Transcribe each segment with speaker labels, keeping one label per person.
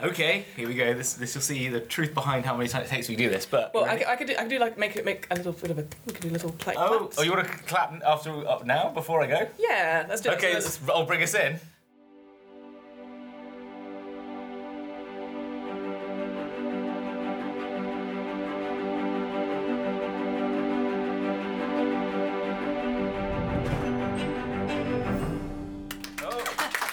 Speaker 1: okay, here we go. This this you'll see the truth behind how many times it takes me to do this. But
Speaker 2: Well, I,
Speaker 1: ready?
Speaker 2: c- I could do, I could do like make it make a little bit of a we could do little like
Speaker 1: oh,
Speaker 2: claps.
Speaker 1: oh, you want to clap after uh, now before I go?
Speaker 2: yeah, let's do it.
Speaker 1: Okay,
Speaker 2: Let's-
Speaker 1: let's, I'll bring us in. Oh,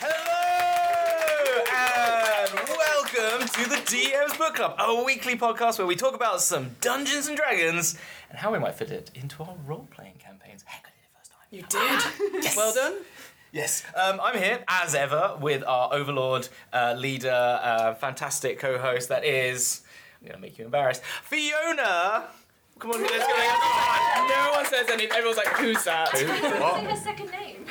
Speaker 1: hello and welcome to the DM's Book Club, a weekly podcast where we talk about some Dungeons and Dragons and how we might fit it into our role-playing campaigns. Heck, I did it first time.
Speaker 2: you did. Well done.
Speaker 1: Yes, um, I'm here as ever with our overlord, uh, leader, uh, fantastic co-host. That is, I'm gonna make you embarrassed, Fiona. Come on, let's go.
Speaker 2: No one says anything. Everyone's like, who's that?
Speaker 1: Everyone.
Speaker 3: Say her second name.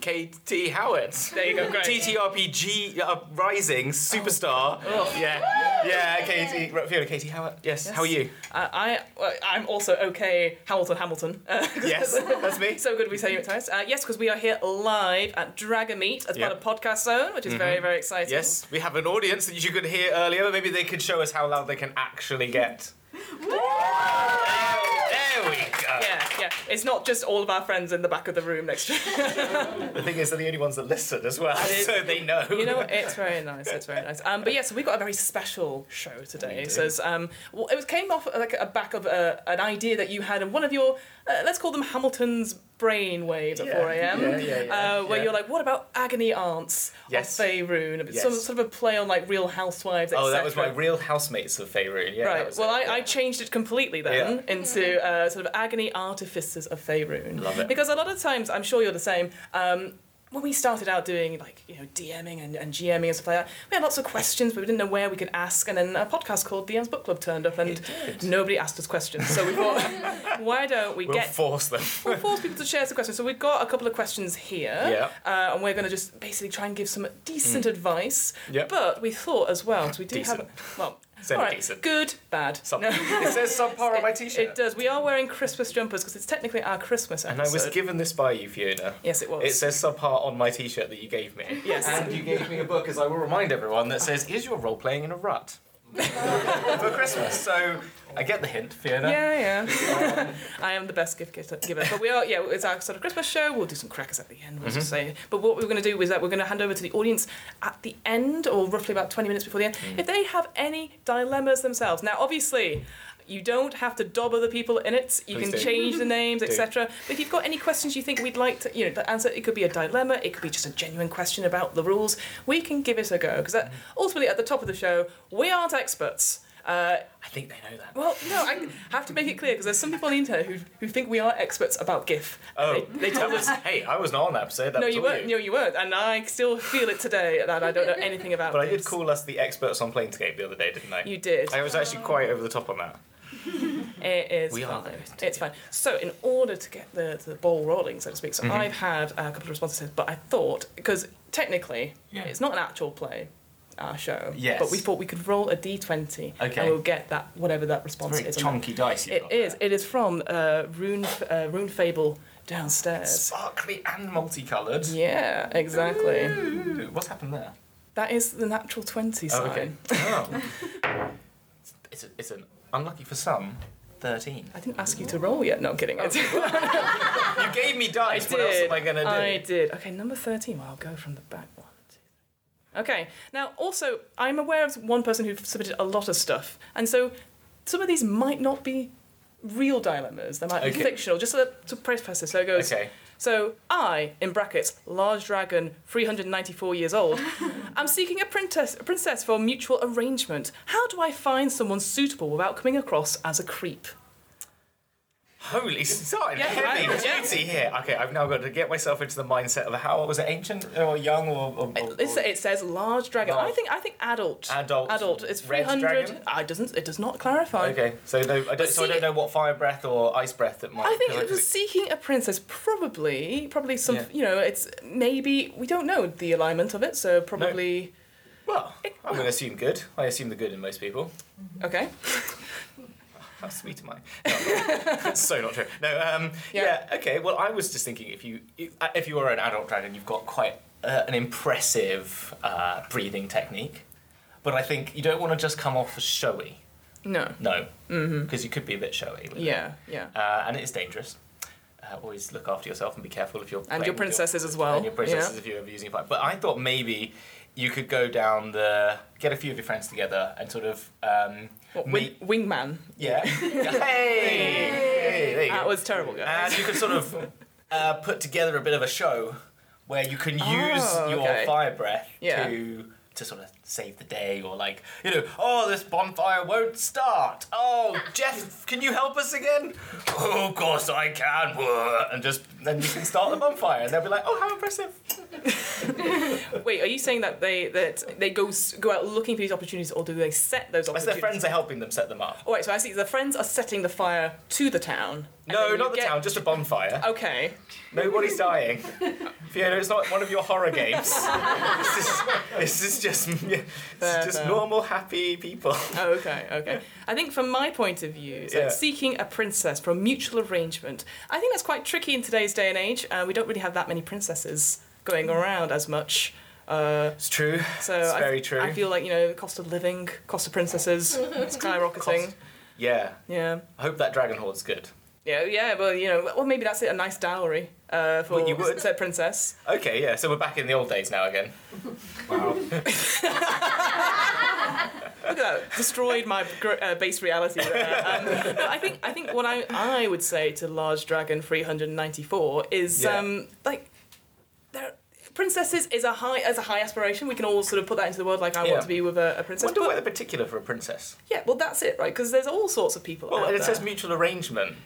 Speaker 1: KT Howard.
Speaker 2: There you go. Great.
Speaker 1: TTRPG uh, rising superstar.
Speaker 2: Oh.
Speaker 1: Yeah, yeah. Katie, right, Fiona, Katie Howard. Yes. How are you?
Speaker 2: Uh, I well, I'm also okay. Hamilton Hamilton. Uh,
Speaker 1: Yes, that's me.
Speaker 2: So good we say you at times. Uh, yes, because we are here live at Dragomeet as
Speaker 1: Yeah.
Speaker 2: part of Podcast Zone, which is very very exciting.
Speaker 1: Yes, we have an audience that you could hear earlier, but maybe they could show us how loud they can actually get. There we go.
Speaker 2: Yeah, yeah. It's not just all of our friends in the back of the room next to
Speaker 1: The thing is, they're the only ones that listen as well,
Speaker 2: did-
Speaker 1: so they know.
Speaker 2: You know, what? it's very nice. It's very nice. Um, but yeah, so we've got a very special show today. So it's, um, well, it was came off like a back of uh an idea that you had in one of your, uh, let's call them Hamilton's brain waves at
Speaker 1: Yeah,
Speaker 2: 4 a.m.
Speaker 1: yeah, yeah, yeah,
Speaker 2: uh, where
Speaker 1: yeah.
Speaker 2: you're like, what about agony aunts
Speaker 1: Yes.
Speaker 2: of Faerun? It's
Speaker 1: Yes.
Speaker 2: Some sort of a play on like Real Housewives.
Speaker 1: oh, that
Speaker 2: etc..
Speaker 1: was my real housemates of Faerun. Yeah, that
Speaker 2: Right.
Speaker 1: was
Speaker 2: Well,
Speaker 1: it,
Speaker 2: I, I
Speaker 1: yeah.
Speaker 2: changed it completely then into uh, sort of agony artificers of Faerun.
Speaker 1: Love it.
Speaker 2: Because a lot of times, I'm sure you're the same. Um, when we started out doing like you know DMing and, and GMing and stuff like that, we had lots of questions, but we didn't know where we could ask. And then a podcast called DM's Book Club turned up, and
Speaker 1: It did.
Speaker 2: nobody asked us questions. So we thought, why don't we
Speaker 1: we'll
Speaker 2: get
Speaker 1: force them.
Speaker 2: we'll force people to share some questions. So we've got a couple of questions here,
Speaker 1: Yeah.
Speaker 2: uh, and we're going to just basically try and give some decent advice.
Speaker 1: Yep.
Speaker 2: But we thought as well, because we do
Speaker 1: Decent.
Speaker 2: have well,
Speaker 1: Semi
Speaker 2: all right,
Speaker 1: decent.
Speaker 2: good, bad.
Speaker 1: Sub-
Speaker 2: No.
Speaker 1: It says subpar on my t-shirt.
Speaker 2: It does. We are wearing Christmas jumpers because it's technically our Christmas
Speaker 1: And
Speaker 2: episode.
Speaker 1: I was given this by you, Fiona.
Speaker 2: Yes, it was.
Speaker 1: It says subpar on my t-shirt that you gave me.
Speaker 2: Yes.
Speaker 1: And you gave me a book, as I will remind everyone, that says, "Is your role playing in a rut?" for Christmas. So I get the hint, Fiona.
Speaker 2: Yeah, yeah. I am the best gift gift- giver. But we are, yeah, it's our sort of Christmas show. We'll do some crackers at the end, we'll
Speaker 1: Mm-hmm.
Speaker 2: just say. But what we're going to do is that we're going to hand over to the audience at the end, or roughly about 20 minutes before the end,
Speaker 1: Mm.
Speaker 2: if they have any dilemmas themselves. Now, obviously, you don't have to dob other people in it. You
Speaker 1: Please
Speaker 2: can
Speaker 1: do.
Speaker 2: change the names,
Speaker 1: Do.
Speaker 2: etc. But if you've got any questions you think we'd like to, you know, to answer, it could be a dilemma, it could be just a genuine question about the rules. We can give it a go because
Speaker 1: Mm.
Speaker 2: ultimately, at the top of the show, we aren't experts. Uh,
Speaker 1: I think they know that.
Speaker 2: well, no, I have to make it clear because there's some people on the internet who, who think we are experts about GIF.
Speaker 1: Oh.
Speaker 2: They, they told us.
Speaker 1: hey, I was not on that episode. That
Speaker 2: No,
Speaker 1: was
Speaker 2: you
Speaker 1: all
Speaker 2: weren't. No, you weren't. And I still feel it today that I don't know anything about.
Speaker 1: But I did
Speaker 2: GIFs.
Speaker 1: call us the experts on Planescape the other day, didn't I?
Speaker 2: You did.
Speaker 1: I was actually quite over the top on that.
Speaker 2: It is
Speaker 1: We are
Speaker 2: fine.
Speaker 1: those
Speaker 2: It's fine. So, in order to get the, the ball rolling, so to speak, so
Speaker 1: Mm-hmm.
Speaker 2: I've had a couple of responses, but I thought, because technically,
Speaker 1: Yeah.
Speaker 2: it's not an actual play, our show.
Speaker 1: Yes.
Speaker 2: But we thought we could roll a d20
Speaker 1: Okay.
Speaker 2: and we'll get that, whatever that response
Speaker 1: Very
Speaker 2: is. on that.
Speaker 1: chunky dice. You've
Speaker 2: It
Speaker 1: got
Speaker 2: is.
Speaker 1: there.
Speaker 2: It is from uh, Rune, uh, Rune Fable downstairs.
Speaker 1: sparkly and multicolored.
Speaker 2: Yeah, exactly.
Speaker 1: Ooh, What's happened there?
Speaker 2: That is the natural 20 sign.
Speaker 1: Oh. it's, a, it's an unlucky for some. Thirteen.
Speaker 2: I didn't ask you to roll yet. No, I'm kidding. I did.
Speaker 1: You gave me dice. What else am I gonna do?
Speaker 2: I did. Okay, number 13. Well, I'll go from the back one. two, three. Okay, now also, I'm aware of one person who submitted a lot of stuff, and so some of these might not be real dilemmas, they might be
Speaker 1: Okay.
Speaker 2: fictional, just so that, to preface this. So it goes,
Speaker 1: Okay.
Speaker 2: So I, in brackets, large dragon, 394 years old, am seeking a princess, a princess for mutual arrangement. How do I find someone suitable without coming across as a creep?
Speaker 1: Holy starting
Speaker 2: Yeah,
Speaker 1: heavy
Speaker 2: right, yeah.
Speaker 1: duty here. Okay, I've now got to get myself into the mindset of how was it ancient or young or, or, or-
Speaker 2: It, sa- it says large dragon. I
Speaker 1: Oh, Large.
Speaker 2: think I think adult.
Speaker 1: Adult.
Speaker 2: Adult. It's
Speaker 1: Red
Speaker 2: 300.
Speaker 1: dragon?
Speaker 2: I doesn't. It does not clarify.
Speaker 1: Okay, so no, I don't, so I
Speaker 2: see-
Speaker 1: don't know what fire breath or ice breath that might.
Speaker 2: I think
Speaker 1: because
Speaker 2: it was seeking a princess. Probably, probably some.
Speaker 1: Yeah.
Speaker 2: You know, it's maybe we don't know the alignment of it. So probably
Speaker 1: Well, I'm going to assume good. I assume the good in most people.
Speaker 2: okay.
Speaker 1: How sweet am I? No, I'm not. That's so not true. No. Um, yeah.
Speaker 2: Yeah.
Speaker 1: Okay. Well, I was just thinking if you if you are an adult dragon, you've got quite uh, an impressive uh, breathing technique. but I think you don't want to just come off as showy.
Speaker 2: No.
Speaker 1: No, because you could be a bit showy. with it.
Speaker 2: Mm-hmm. Yeah, yeah.
Speaker 1: Uh, and it is dangerous. Uh, always look after yourself and be careful if you're playing
Speaker 2: And your
Speaker 1: with
Speaker 2: princesses as well.
Speaker 1: and your princesses if you're ever using a pipe. But I thought maybe you could go down the get a few of your friends together and sort of um,
Speaker 2: yeah. What,
Speaker 1: meet.
Speaker 2: wing, wingman.
Speaker 1: Yeah. hey! Hey, there you
Speaker 2: That
Speaker 1: go.
Speaker 2: was terrible, guys.
Speaker 1: and you could sort of uh, put together a bit of a show where you can use
Speaker 2: Oh,
Speaker 1: your
Speaker 2: okay.
Speaker 1: fire breath
Speaker 2: Yeah.
Speaker 1: to to sort of save the day or like you know oh this bonfire won't start oh jeff can you help us again oh of course i can and just then you can start the bonfire and they'll be like oh how impressive Uh,
Speaker 2: Wait, are you saying that they that they go s- go out looking for these opportunities, or do they set those
Speaker 1: as
Speaker 2: opportunities?
Speaker 1: their friends are helping them set them up
Speaker 2: Oh, wait, so I see. The friends are setting the fire to the town. and then
Speaker 1: no
Speaker 2: you
Speaker 1: not the
Speaker 2: get-
Speaker 1: town just a bonfire
Speaker 2: Okay.
Speaker 1: Nobody's dying. Fiona, it's not one of your horror games. this, is, this is just, this
Speaker 2: Fair,
Speaker 1: is just
Speaker 2: fair.
Speaker 1: normal, happy people.
Speaker 2: Oh, okay, okay. I think from my point of view, it's
Speaker 1: Yeah.
Speaker 2: like seeking a princess for a mutual arrangement. I think that's quite tricky in today's day and age. Uh, we don't really have that many princesses going around as much. Uh,
Speaker 1: It's true.
Speaker 2: so
Speaker 1: Mm. it's
Speaker 2: I,
Speaker 1: very true.
Speaker 2: I feel like you know the cost of living, cost of princesses, it's skyrocketing.
Speaker 1: Cost- yeah.
Speaker 2: Yeah,
Speaker 1: I hope that dragon horde's good.
Speaker 2: yeah, yeah. Well, you know, well maybe that's it—a nice dowry uh, for
Speaker 1: Well, you would.
Speaker 2: said princess.
Speaker 1: Okay, yeah. So we're back in the old days now again. Wow.
Speaker 2: Look at that, destroyed my gr- uh, base reality there. Um, no, I think I think what I I would say to Large Dragon 394 is
Speaker 1: Yeah.
Speaker 2: um, like there. Princesses is a high as a high aspiration. We can all sort of put that into the world, like I
Speaker 1: Yeah.
Speaker 2: want to be with a, a princess.
Speaker 1: Wonder
Speaker 2: But-
Speaker 1: why they're particular for a princess.
Speaker 2: yeah, well that's it, right? Because there's all sorts of people.
Speaker 1: Well,
Speaker 2: out
Speaker 1: and it
Speaker 2: there.
Speaker 1: says mutual arrangement.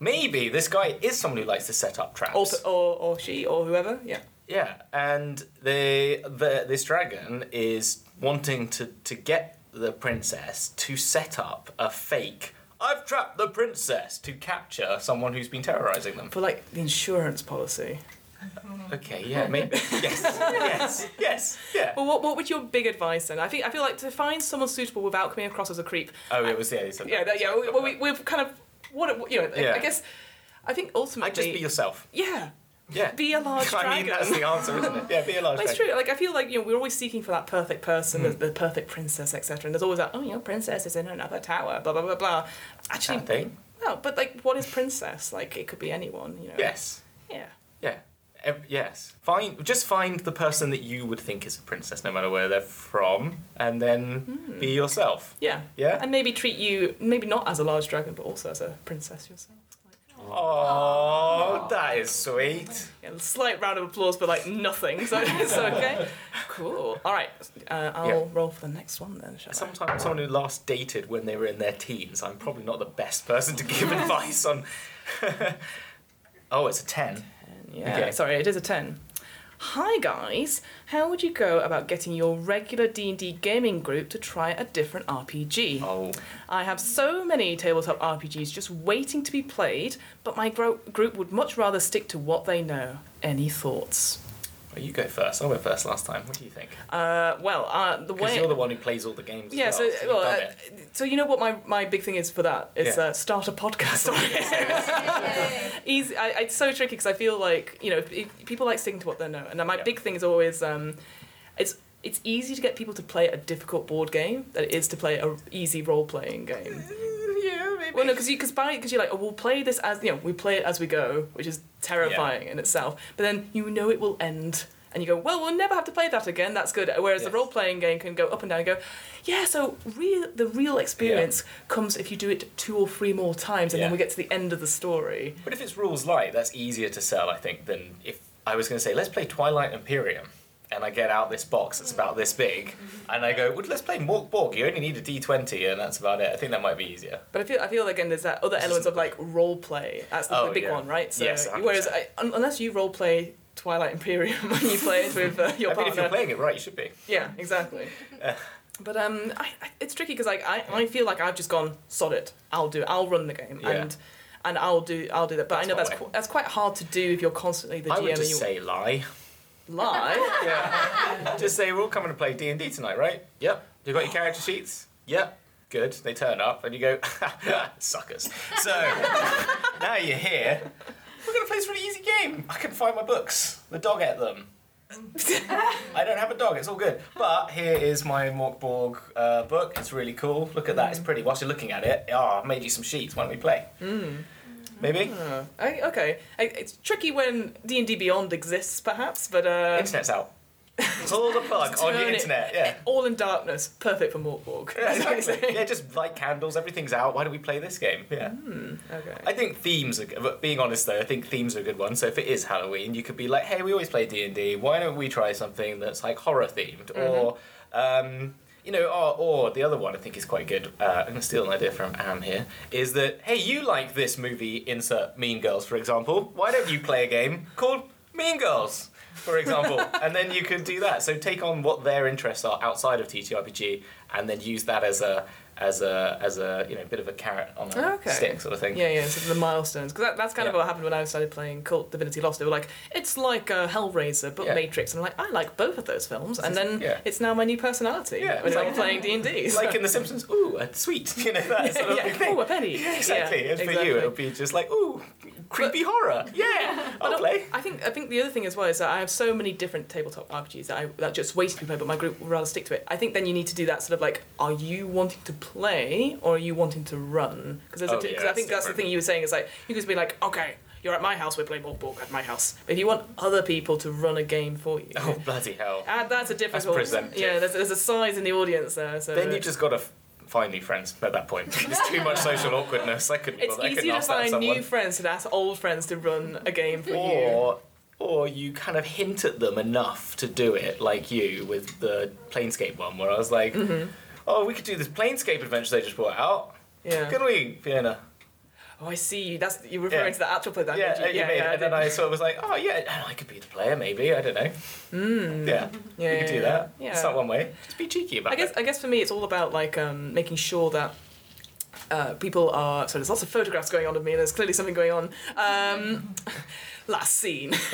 Speaker 1: Maybe this guy is someone who likes to set up traps.
Speaker 2: or, or or she or whoever. Yeah,
Speaker 1: Yeah, and the, the this dragon is wanting to to get the princess to set up a fake. I've trapped the princess to capture someone who's been terrorizing them.
Speaker 2: for like the insurance policy.
Speaker 1: Okay, yeah, maybe. yes, yes, yes, yeah.
Speaker 2: Well, what what would your big advice then? I think I feel like to find someone suitable without coming across as a creep.
Speaker 1: Oh, it was yeah. You said
Speaker 2: Yeah, that, yeah.
Speaker 1: Sorry,
Speaker 2: Well, we, we've kind of what you know.
Speaker 1: Yeah.
Speaker 2: I guess I think
Speaker 1: I
Speaker 2: ultimately.
Speaker 1: just be yourself.
Speaker 2: Yeah,
Speaker 1: Yeah.
Speaker 2: be a large
Speaker 1: I
Speaker 2: dragon.
Speaker 1: mean, that's the answer, isn't it? Yeah, be a large
Speaker 2: But it's
Speaker 1: dragon.
Speaker 2: true. Like I feel like you know we're always seeking for that perfect person,
Speaker 1: Hmm.
Speaker 2: the, the perfect princess, etc. And there's always that oh your princess is in another tower, blah blah blah blah. Actually,
Speaker 1: Kind of thing.
Speaker 2: no. But like, what is princess? Like it could be anyone, you know.
Speaker 1: Yes.
Speaker 2: Yeah.
Speaker 1: Yeah. Ev- yes. Find just find the person that you would think is a princess, no matter where they're from, and then
Speaker 2: Hmm.
Speaker 1: be yourself.
Speaker 2: Yeah.
Speaker 1: Yeah.
Speaker 2: And maybe treat you maybe not as a large dragon, but also as a princess yourself.
Speaker 1: Oh, that is sweet.
Speaker 2: Yeah, a slight round of applause, but like nothing. So it's okay. Cool. All right. Uh, I'll
Speaker 1: Yeah.
Speaker 2: roll for the next one then. Shall I?
Speaker 1: Sometimes someone who last dated when they were in their teens, I'm probably not the best person to give advice on. oh, it's a 10.
Speaker 2: Yeah,
Speaker 1: Okay.
Speaker 2: sorry, it is a 10. Hi guys, how would you go about getting your regular D&D gaming group to try a different RPG?
Speaker 1: Oh.
Speaker 2: I have so many tabletop RPGs just waiting to be played, but my gro- group would much rather stick to what they know. Any thoughts?
Speaker 1: Well, you go first. I went first last time. What do you think?
Speaker 2: Uh, well, uh, the
Speaker 1: Because
Speaker 2: way
Speaker 1: you're the one who plays all the games. as
Speaker 2: yeah, so,
Speaker 1: well, so you've
Speaker 2: well,
Speaker 1: done
Speaker 2: uh,
Speaker 1: it.
Speaker 2: so you know what my, my big thing is for that is
Speaker 1: Yeah.
Speaker 2: uh, start a podcast. Easy, I, it's so tricky because I feel like you know if, people like sticking to what they know, and my
Speaker 1: Yeah.
Speaker 2: big thing is always um, it's it's easy to get people to play a difficult board game than it is to play a easy role playing game.
Speaker 1: yeah, maybe.
Speaker 2: Well, no, because because by because you're like, oh, we'll play this as you know, we play it as we go, which is terrifying in itself. But then you know it will end, and you go, well, we'll never have to play that again. That's good. Whereas
Speaker 1: Yes.
Speaker 2: the role playing game can go up and down and go, yeah. So real the real experience comes if you do it two or three more times, and
Speaker 1: Yeah.
Speaker 2: then we get to the end of the story.
Speaker 1: But if it's rules light, that's easier to sell, I think, than if I was going to say, let's play Twilight Imperium. And I get out this box that's about this big, and I go, well, let's play Mork Borg. You only need a D20, and that's about it. I think that might be easier.
Speaker 2: But I feel I feel again there's that other
Speaker 1: This
Speaker 2: elements
Speaker 1: is-
Speaker 2: of like role play. That's the,
Speaker 1: Oh,
Speaker 2: the big
Speaker 1: yeah.
Speaker 2: one, right? So
Speaker 1: Yes,
Speaker 2: whereas
Speaker 1: 100%.
Speaker 2: I, un- unless you role play Twilight Imperium when you play it with uh, your
Speaker 1: I mean,
Speaker 2: partner,
Speaker 1: if you're playing it right, you should be.
Speaker 2: Yeah, exactly. but um, I, I, it's tricky because like I, I feel like I've just gone sod it. I'll do. It. I'll run the game
Speaker 1: Yeah.
Speaker 2: and and I'll do. I'll do that. But
Speaker 1: That's
Speaker 2: I know
Speaker 1: my
Speaker 2: that's
Speaker 1: way.
Speaker 2: qu- that's quite hard to do if you're constantly the
Speaker 1: I
Speaker 2: GM
Speaker 1: would
Speaker 2: and
Speaker 1: just
Speaker 2: you
Speaker 1: say lie.
Speaker 2: lie.
Speaker 1: Yeah. just say we're all coming to play D and D tonight, right? Yep. You got your character sheets? Yep. Good. They turn up and you go, suckers. So now you're here. We're gonna play this really easy game. I couldn't find my books. The dog ate them. I don't have a dog. It's all good. But here is my Morkborg uh, book. It's really cool. Look at that. It's pretty. Whilst you're looking at it, ah, I made you some sheets. Why don't we play?
Speaker 2: Hmm.
Speaker 1: Maybe
Speaker 2: Oh, I, okay. I, it's tricky when D and D Beyond exists, perhaps, but uh,
Speaker 1: internet's out. It's all the plug
Speaker 2: Just
Speaker 1: on your
Speaker 2: turn it-
Speaker 1: internet. Yeah.
Speaker 2: all in darkness, perfect for Mortborg.
Speaker 1: Yeah, exactly. yeah, just light candles. Everything's out. Why do we play this game? Yeah.
Speaker 2: okay.
Speaker 1: I think themes are. good- But being honest though, I think themes are a good one. So if it is Halloween, you could be like, "Hey, we always play D and D. Why don't we try something that's like horror themed?"
Speaker 2: Mm-hmm.
Speaker 1: Or, um, you know, or, or the other one I think is quite good. Uh, I'm gonna steal an idea from Am here. Is that hey, you like this movie? Insert Mean Girls, for example. Why don't you play a game called Mean Girls? For example, and then you could do that. So take on what their interests are outside of TTRPG, and then use that as a as a as a you know bit of a carrot on a
Speaker 2: Okay.
Speaker 1: stick sort of thing.
Speaker 2: Yeah, yeah, so the milestones. Because that, that's kind of
Speaker 1: Yeah.
Speaker 2: what happened when I started playing Cult Divinity Lost. They were like, it's like uh, Hellraiser, but
Speaker 1: Yeah.
Speaker 2: Matrix. And I'm like, I like both of those films. And then
Speaker 1: Yeah.
Speaker 2: it's now my new personality
Speaker 1: Yeah,
Speaker 2: when
Speaker 1: it's
Speaker 2: I'm
Speaker 1: like-
Speaker 2: playing D&D.
Speaker 1: It's like in The Simpsons, ooh, a sweet, you know, that sort of
Speaker 2: yeah.
Speaker 1: thing.
Speaker 2: Oh, a penny.
Speaker 1: Yeah, exactly.
Speaker 2: Yeah,
Speaker 1: and for you, it'll be just like, ooh, creepy horror. Yeah, I'll
Speaker 2: But
Speaker 1: play.
Speaker 2: I think I think the other thing as well is that I have so many different tabletop RPGs that I that just wait to be played, but my group would rather stick to it. I think then you need to do that sort of like, are you wanting to play or are you wanting to run? Because
Speaker 1: Oh,
Speaker 2: oh,
Speaker 1: yeah,
Speaker 2: I think
Speaker 1: it's
Speaker 2: that's the
Speaker 1: different.
Speaker 2: thing you were saying is like you could just be like, okay, you're at my house, we're playing Morgborg at my house. But if you want other people to run a game for you,
Speaker 1: Oh, bloody hell.
Speaker 2: ah, that's a difficult.
Speaker 1: presumptive.
Speaker 2: yeah, there's, there's a size in the audience there. So
Speaker 1: Then you just gotta f- find new friends at that point. There's too much social awkwardness. I couldn't,
Speaker 2: it's
Speaker 1: bother- I
Speaker 2: easy
Speaker 1: couldn't
Speaker 2: to
Speaker 1: ask that of
Speaker 2: find
Speaker 1: someone.
Speaker 2: new friends to ask old friends to run a game for you.
Speaker 1: or or you kind of hint at them enough to do it, like you with the Planescape one, where I was like, oh, we could do this Planescape adventure they just brought out.
Speaker 2: Yeah.
Speaker 1: Can we, Fiona?
Speaker 2: Oh, I see you. That's you're referring
Speaker 1: Yeah.
Speaker 2: to the actual play that
Speaker 1: Yeah,
Speaker 2: I made you.
Speaker 1: you made it.
Speaker 2: uh, I
Speaker 1: and then
Speaker 2: did.
Speaker 1: I sort of was like, oh yeah, and I could be the player maybe. I don't know. Yeah,
Speaker 2: Yeah,
Speaker 1: you could do
Speaker 2: Hmm. yeah,
Speaker 1: that.
Speaker 2: yeah.
Speaker 1: It's not one way. Just be cheeky about
Speaker 2: I guess
Speaker 1: it.
Speaker 2: I guess for me it's all about like um, making sure that uh, people are so there's lots of photographs going on of me and there's clearly something going on. Um, last scene.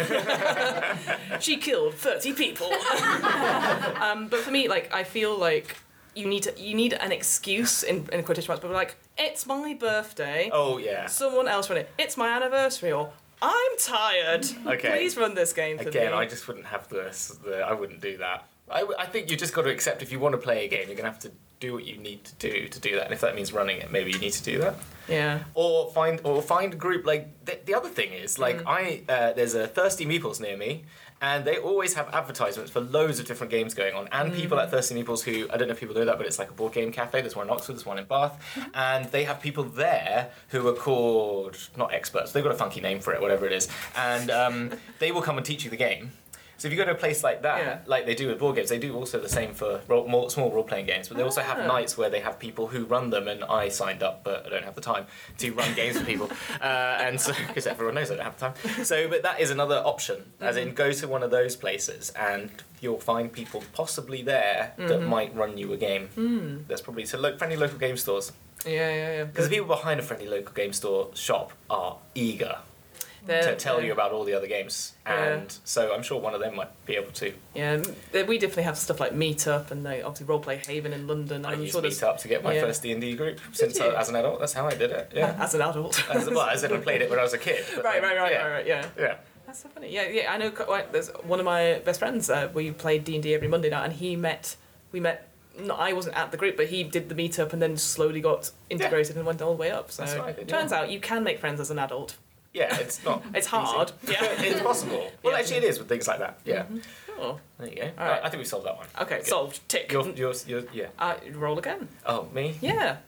Speaker 2: she killed thirty people. um, but for me, like I feel like you need to you need an excuse in, in quotation marks, but like it's my birthday.
Speaker 1: Oh yeah.
Speaker 2: Someone else run it. It's my anniversary or I'm tired.
Speaker 1: Okay.
Speaker 2: Please run this game for me.
Speaker 1: Again, I just wouldn't have this. The, I wouldn't do that. I, w- I think you just got to accept if you want to play a game, you're gonna have to do what you need to do to do that. And if that means running it, maybe you need to do that.
Speaker 2: yeah.
Speaker 1: or find or find a group like th- the other thing is like
Speaker 2: Mm.
Speaker 1: I uh, there's a Thirsty Meeples near me, and they always have advertisements for loads of different games going on, and people
Speaker 2: Mm.
Speaker 1: at Thirsty Meeples who I don't know if people know that, but it's like a board game cafe. There's one in Oxford, there's one in Bath,
Speaker 2: Mm-hmm.
Speaker 1: and they have people there who are called not experts. They've got a funky name for it, whatever it is, and um, they will come and teach you the game. So if you go to a place like that,
Speaker 2: Yeah.
Speaker 1: like they do with board games, they do also the same for role, more, small role playing games. But they also have
Speaker 2: Ah.
Speaker 1: nights where they have people who run them, and I signed up, but I don't have the time to run games for people. Uh, and so, because everyone knows I don't have the time. So, but that is another option, as
Speaker 2: Mm-hmm.
Speaker 1: in go to one of those places, and you'll find people possibly there that
Speaker 2: Mm-hmm.
Speaker 1: might run you a game. Mm. That's probably so lo- friendly local game stores.
Speaker 2: Yeah, yeah, yeah.
Speaker 1: Because the people behind a friendly local game store shop are eager to
Speaker 2: They're-
Speaker 1: tell
Speaker 2: they're-
Speaker 1: you about all the other games,
Speaker 2: Yeah.
Speaker 1: and so I'm sure one of them might be able to
Speaker 2: Yeah, m- th- we definitely have stuff like Meetup and like, obviously Roleplay Haven in London.
Speaker 1: I
Speaker 2: I'm
Speaker 1: used
Speaker 2: sure there's
Speaker 1: Meetup to get my
Speaker 2: yeah.
Speaker 1: first D and D group since I,
Speaker 2: you?
Speaker 1: as an adult. That's how I did it. Yeah.
Speaker 2: as an adult.
Speaker 1: as, well, as in I played it when I was a kid. but
Speaker 2: right,
Speaker 1: then-
Speaker 2: right, right,
Speaker 1: yeah.
Speaker 2: right, right, yeah.
Speaker 1: Yeah.
Speaker 2: That's so funny. Yeah, yeah. I know. co- like, There's one of my best friends. Uh, we played D and D every Monday night, and he met. We met. No, I wasn't at the group, but he did the meetup and then slowly got integrated and went all the way up. So
Speaker 1: That's what I did,
Speaker 2: turns
Speaker 1: yeah.
Speaker 2: out you can make friends as an adult.
Speaker 1: Yeah, it's not.
Speaker 2: It's hard. Yeah.
Speaker 1: it's possible. Well,
Speaker 2: Yeah.
Speaker 1: actually, it is with things like that. Yeah.
Speaker 2: Sure.
Speaker 1: There you go.
Speaker 2: All right.
Speaker 1: I think we solved that one.
Speaker 2: Okay,
Speaker 1: Oh. Good.
Speaker 2: solved. Tick.
Speaker 1: Your, your, your, yeah.
Speaker 2: uh, roll again.
Speaker 1: Oh, me?
Speaker 2: Yeah.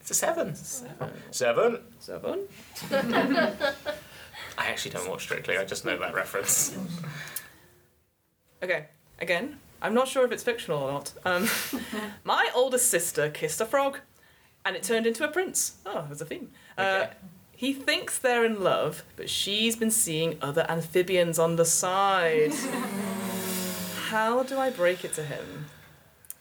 Speaker 1: It's a seven.
Speaker 2: Seven.
Speaker 1: Seven?
Speaker 2: Seven.
Speaker 1: I actually don't watch Strictly, I just know that reference.
Speaker 2: Okay, again, I'm not sure if it's fictional or not. Um, my oldest sister kissed a frog, and it turned into a prince. Oh, there's a theme. Uh,
Speaker 1: Okay.
Speaker 2: he thinks they're in love, but she's been seeing other amphibians on the side. How do I break it to him?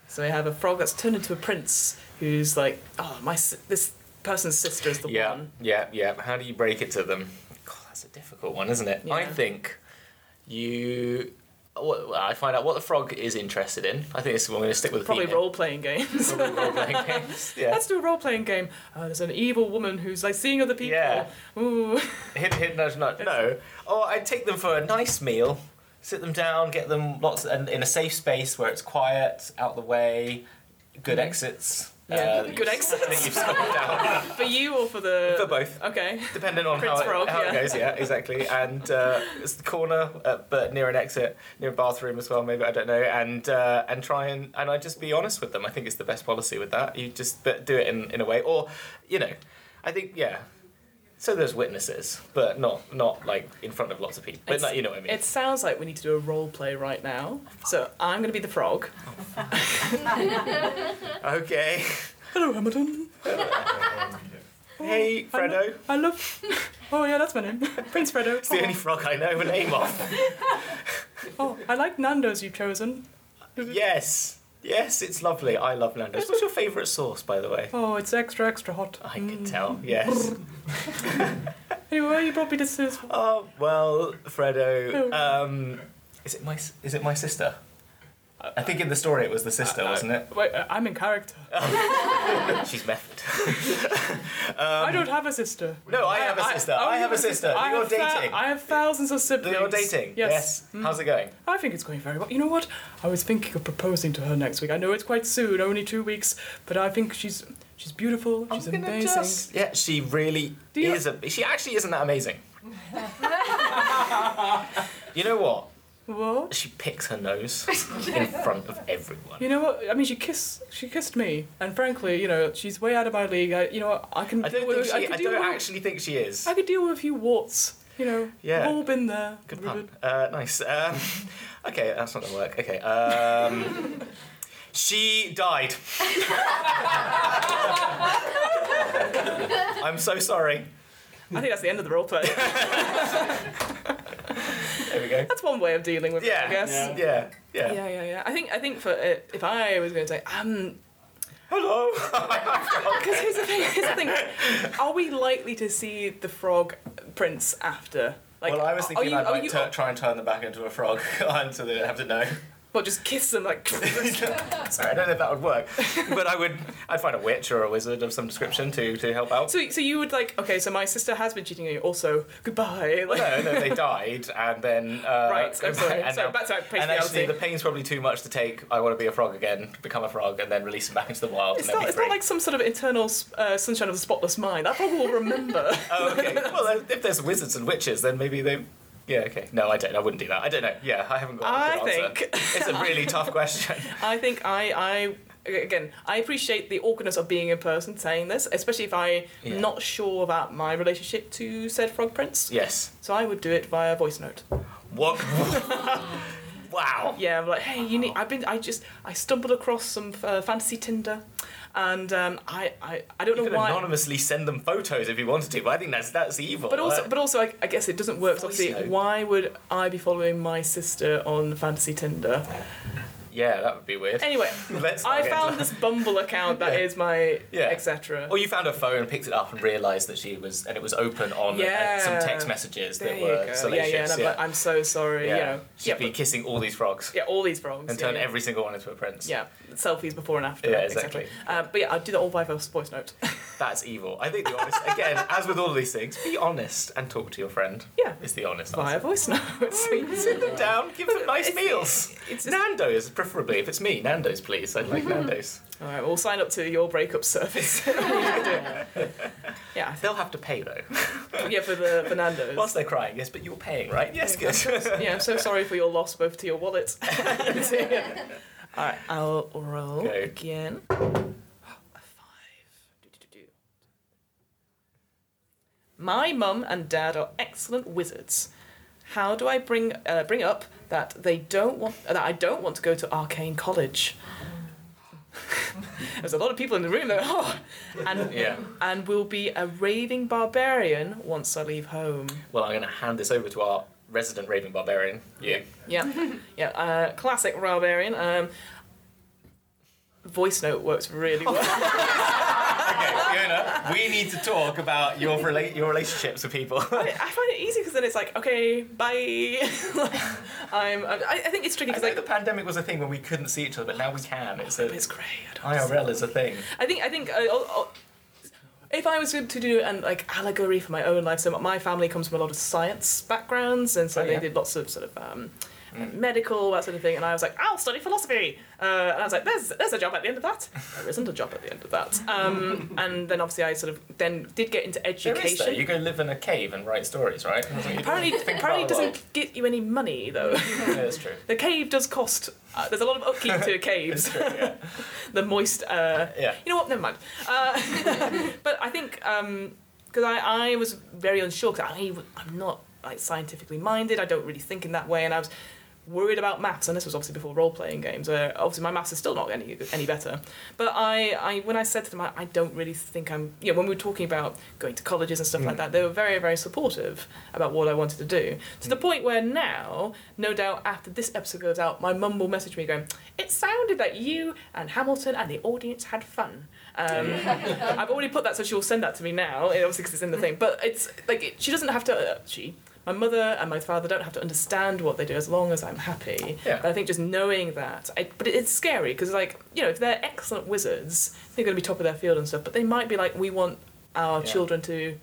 Speaker 2: So we have a frog that's turned into a prince, who's like, oh, my si- this person's sister is the
Speaker 1: yeah,
Speaker 2: one.
Speaker 1: yeah, yeah. How do you break it to them? God, that's a difficult one, isn't it? I
Speaker 2: Yeah.
Speaker 1: think you. Well, I find out what the frog is interested in. I think this is what I'm going to stick with. the
Speaker 2: Probably
Speaker 1: theme.
Speaker 2: role playing games.
Speaker 1: role-playing games. Yeah.
Speaker 2: Let's do a role playing game. Uh, there's an evil woman who's like seeing other people.
Speaker 1: Yeah.
Speaker 2: Ooh.
Speaker 1: Oh, Hint, hint, nudge, nudge. No. Or I'd take them for a nice meal sit them down, get them lots and in a safe space where it's quiet, out the way, good exits.
Speaker 2: Mm-hmm. Yeah,
Speaker 1: that
Speaker 2: good
Speaker 1: you've-
Speaker 2: exits.
Speaker 1: That you've scoped out,
Speaker 2: For you or for the.
Speaker 1: For both.
Speaker 2: Okay.
Speaker 1: depending on how,
Speaker 2: Prince
Speaker 1: it,
Speaker 2: Frog,
Speaker 1: how it
Speaker 2: yeah.
Speaker 1: goes. Yeah, exactly. And uh, it's the corner, uh, but near an exit, near a bathroom as well. Maybe I don't know. And uh, and try and and I just be honest with them. I think it's the best policy with that. You just but do it in in a way, or you know, I think yeah. So there's witnesses, but not not like in front of lots of people. But
Speaker 2: It's-
Speaker 1: like, you know what I mean.
Speaker 2: It sounds like we need to do a role play right now. So I'm going to be the frog.
Speaker 1: Okay.
Speaker 2: Hello, Hamilton.
Speaker 1: Hey, Fredo.
Speaker 2: I love. Oh, yeah, that's my name. Prince Fredo.
Speaker 1: It's the only frog I know the name of.
Speaker 2: Oh, I like Nando's you've chosen.
Speaker 1: Yes. Yes, it's lovely. I love Nando's. What's your favourite sauce, by the way?
Speaker 2: Oh, it's extra, extra hot.
Speaker 1: I can tell. Yes.
Speaker 2: Anyway, you brought me this. this-
Speaker 1: Oh well, Fredo. Um, is it my s- is it my sister? I think in the story it was the sister, wasn't it?
Speaker 2: Wait, uh, I'm in character.
Speaker 1: She's method.
Speaker 2: I don't Um, have a sister.
Speaker 1: No, I have a sister. I,
Speaker 2: only
Speaker 1: have a sister.
Speaker 2: I
Speaker 1: You're
Speaker 2: have thou-
Speaker 1: dating.
Speaker 2: I Mm. have thousands of siblings.
Speaker 1: You're dating. Yes. How's it going?
Speaker 2: I think it's going very well. You know what? I was thinking of proposing to her next week. I know it's quite soon, only two weeks, but I think she's she's beautiful. She's
Speaker 1: I'm gonna
Speaker 2: amazing.
Speaker 1: just- Yeah, she really
Speaker 2: Do you-
Speaker 1: is. A, she actually isn't that amazing. you know what?
Speaker 2: What?
Speaker 1: She picks her nose in front of everyone.
Speaker 2: You know what? I mean, she kissed she kissed me, and frankly, you know, she's way out of my league. I, you know, what? I can.
Speaker 1: I don't
Speaker 2: well,
Speaker 1: think she. I,
Speaker 2: could deal
Speaker 1: don't
Speaker 2: with-
Speaker 1: actually think she is.
Speaker 2: I could deal with a few warts. You know,
Speaker 1: Yeah.
Speaker 2: we've all been there.
Speaker 1: Good
Speaker 2: We're
Speaker 1: pun. Uh, nice. Um, okay, that's not gonna work. Okay. Um, she died. I'm so sorry.
Speaker 2: I think that's the end of the role play.
Speaker 1: There we go.
Speaker 2: that's one way of dealing with it,
Speaker 1: Yeah.
Speaker 2: I guess.
Speaker 1: Yeah. Yeah.
Speaker 2: Yeah, yeah, yeah. I think I think for uh, if I was going to say, um,
Speaker 1: Hello.
Speaker 2: because here's the thing, here's the thing, are we likely to see the frog prince after? Like,
Speaker 1: well, I was
Speaker 2: are
Speaker 1: thinking
Speaker 2: you-
Speaker 1: I
Speaker 2: are
Speaker 1: might
Speaker 2: you-
Speaker 1: tur- try and turn them back into a frog until they don't have to know.
Speaker 2: Well, just kiss them like.
Speaker 1: Sorry, I don't know if that would work, but I would. I'd find a witch or a wizard of some description to to help out.
Speaker 2: so, so you would like okay. So my sister has been cheating on you. Also, goodbye. Like,
Speaker 1: No, no, they died, and then uh,
Speaker 2: Right, so
Speaker 1: and
Speaker 2: sorry, so
Speaker 1: now-
Speaker 2: back to
Speaker 1: and actually,
Speaker 2: reality.
Speaker 1: the pain's probably too much to take. I want to be a frog again, become a frog, and then release him back into the wild.
Speaker 2: It's
Speaker 1: and
Speaker 2: not,
Speaker 1: then
Speaker 2: it's
Speaker 1: be
Speaker 2: not like some sort of internal uh, sunshine of the spotless mind. That frog will remember.
Speaker 1: free. oh, okay. well, if there's wizards and witches, then maybe they. Yeah, okay. No, I don't. I wouldn't do that. I don't know. Yeah, I haven't got. a good
Speaker 2: I
Speaker 1: answer. it's a really tough question.
Speaker 2: I think I, I again, I appreciate the awkwardness of being in person saying this, especially if I'm
Speaker 1: Yeah.
Speaker 2: not sure about my relationship to said Frog Prince.
Speaker 1: Yes.
Speaker 2: So I would do it via voice note.
Speaker 1: What? wow.
Speaker 2: Yeah, I'm like, hey, you need. I've been. I just. I stumbled across some uh, fantasy Tinder, and um, I, I. I don't
Speaker 1: You could
Speaker 2: know why.
Speaker 1: anonymously send them photos if you wanted to, but I think that's that's evil. Uh,
Speaker 2: But also, but also, I, I guess it doesn't work. 'cause
Speaker 1: Voice
Speaker 2: Obviously,
Speaker 1: note.
Speaker 2: why would I be following my sister on fantasy Tinder?
Speaker 1: yeah, that would be weird.
Speaker 2: Anyway,
Speaker 1: Let's. not
Speaker 2: I
Speaker 1: get into
Speaker 2: found this Bumble account that
Speaker 1: Yeah.
Speaker 2: is my
Speaker 1: Yeah.
Speaker 2: etc.
Speaker 1: Or Oh, you found her phone, picked it up, and realised that she was, and it was open on uh,
Speaker 2: Yeah.
Speaker 1: some text messages
Speaker 2: There
Speaker 1: that
Speaker 2: you
Speaker 1: were
Speaker 2: go. Yeah,
Speaker 1: salacious.
Speaker 2: yeah, and I'm like, I'm so sorry.
Speaker 1: Yeah.
Speaker 2: You know,
Speaker 1: She'd
Speaker 2: yeah,
Speaker 1: be
Speaker 2: but-
Speaker 1: kissing all these frogs
Speaker 2: yeah, all these frogs.
Speaker 1: and
Speaker 2: yeah,
Speaker 1: turn
Speaker 2: yeah.
Speaker 1: every single one into a prince.
Speaker 2: Yeah, selfies before and after.
Speaker 1: Yeah,
Speaker 2: et
Speaker 1: exactly.
Speaker 2: cetera. Uh, but yeah, I'd do that all by voice voice note.
Speaker 1: That's evil. I think the honest, again, as with all of these things, be honest and talk to your friend.
Speaker 2: Yeah.
Speaker 1: Is the honest
Speaker 2: Via
Speaker 1: answer.
Speaker 2: voice notes.
Speaker 1: Sit them down, give them nice
Speaker 2: It's-
Speaker 1: meals.
Speaker 2: it's just-
Speaker 1: Nando's, preferably. If it's me, Nando's, please. I'd like Nando's.
Speaker 2: all right, we'll sign up to your breakup service. yeah,
Speaker 1: They'll have to pay, though.
Speaker 2: I think- yeah, for the Fernandos.
Speaker 1: Whilst they're crying, yes, but you're paying, right? Yes, good.
Speaker 2: yeah, I'm so sorry for your loss, both to your wallet. All right, I'll roll
Speaker 1: Okay.
Speaker 2: again. A five. Do-do-do-do. My mum and dad are excellent wizards. How do I bring uh, bring up that they don't want that I don't want to go to arcane college? There's a lot of people in the room though. Oh. And
Speaker 1: Yeah.
Speaker 2: and will be a raving barbarian once I leave home.
Speaker 1: Well, I'm going to hand this over to our resident raving barbarian. Yeah.
Speaker 2: Yeah, yeah. Uh, classic Ralbarian. Um, voice note works really well.
Speaker 1: Okay, Fiona, we need to talk about your rela- your relationships with people.
Speaker 2: I find it easy because then it's like, okay, bye. Like, I'm. I, I think it's tricky
Speaker 1: I
Speaker 2: because
Speaker 1: think
Speaker 2: like
Speaker 1: the pandemic was a thing when we couldn't see each other, but now we can. It's a
Speaker 2: it's great. I, don't
Speaker 1: IRL is a thing.
Speaker 2: I think. I think. Uh, I'll- I'll- if I was to do an like allegory for my own life, so my family comes from a lot of science backgrounds, and so
Speaker 1: Oh, yeah. Mm.
Speaker 2: they did lots of sort of um, and then medical, that sort of thing. And I was like, I'll study philosophy. Uh, and I was like, there's there's a job at the end of that. There isn't a job at the end of that. Um, and then obviously I sort of then did get into
Speaker 1: There is, though. You
Speaker 2: education.
Speaker 1: go live in a cave and write stories, right? That's what you do.
Speaker 2: Apparently,
Speaker 1: Think
Speaker 2: apparently it
Speaker 1: about the world.
Speaker 2: doesn't get you any money though.
Speaker 1: Yeah, that's true.
Speaker 2: The cave does cost. Uh, there's a lot of upkeep to
Speaker 1: It's
Speaker 2: caves.
Speaker 1: true, yeah.
Speaker 2: the moist. Uh,
Speaker 1: yeah.
Speaker 2: you know what? Never mind. Uh, but I think because I, I was very unsure because I I'm not like scientifically minded. I don't really think in that way, and I was worried about maths. And this was obviously before role playing games. Where obviously my maths is still not any any better. But I, I when I said to them, I, I don't really think I'm. You know, when we were talking about going to colleges and stuff like that, they were very very supportive about what I wanted to do. To the point where now, no doubt after this episode goes out, my mum will message me going, "It sounded like you and Hamilton and the audience had fun." Um, I've already put that, so she'll send that to me now, eh, obviously because it's in the thing. But it's like it, she doesn't have to. Uh, she, my mother, and my father don't have to understand what they do as long as I'm happy.
Speaker 1: Yeah.
Speaker 2: But I think just knowing that, I, but it, it's scary because like you know if they're excellent wizards, they're going to be top of their field and stuff. But they might be like, we want our
Speaker 1: Yeah.
Speaker 2: children to.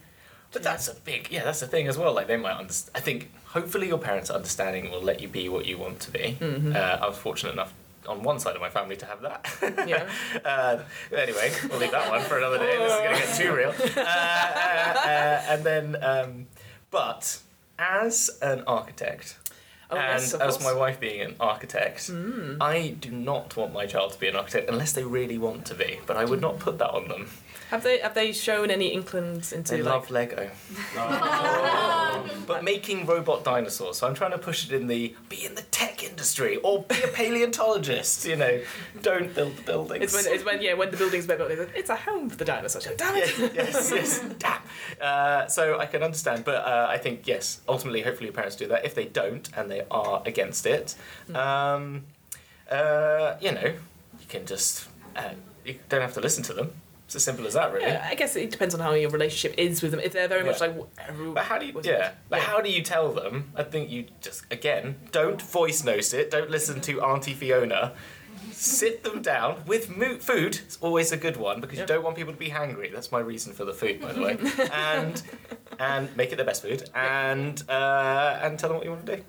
Speaker 1: But that's a big, yeah, that's the thing as well. Like, they might understand. I think hopefully your parents' understanding will let you be what you want to be.
Speaker 2: Mm-hmm.
Speaker 1: Uh, I was fortunate enough on one side of my family to have that.
Speaker 2: Yeah.
Speaker 1: uh, anyway, we'll leave that one for another day. This is going to get too real. Uh, uh, uh, and then, um, but as an architect,
Speaker 2: Oh,
Speaker 1: and
Speaker 2: yes, of
Speaker 1: as my
Speaker 2: course. Hmm.
Speaker 1: wife being an architect, I do not want my child to be an architect unless they really want to be. But I would not put that on them.
Speaker 2: Have they have they shown any inklings into
Speaker 1: They
Speaker 2: like?
Speaker 1: love Lego. but making robot dinosaurs. So I'm trying to push it in the be in the tech industry or be a paleontologist. You know, don't build the buildings.
Speaker 2: It's when, it's when yeah when the building's made up, it's a home for the dinosaurs. Like, Damn it!
Speaker 1: yes, yes, yes. Damn. Uh, so I can understand, but uh, I think yes. Ultimately, hopefully, your parents do that. If they don't and they are against it,
Speaker 2: Hmm.
Speaker 1: um, uh, you know, you can just uh, you don't have to listen to them. It's as simple as that, really.
Speaker 2: Yeah, I guess it depends on how your relationship is with them. If they're very much
Speaker 1: Yeah.
Speaker 2: like, "Wh-
Speaker 1: But how do you?
Speaker 2: was it?"
Speaker 1: Yeah. But
Speaker 2: Yeah.
Speaker 1: how do you tell them? I think you just again don't voice note it. Don't listen to Auntie Fiona. Sit them down with mo- food. It's always a good one because
Speaker 2: Yeah.
Speaker 1: you don't want people to be hangry. That's my reason for the food, by the way. and and make it their best food. And uh, and tell them what you want to do.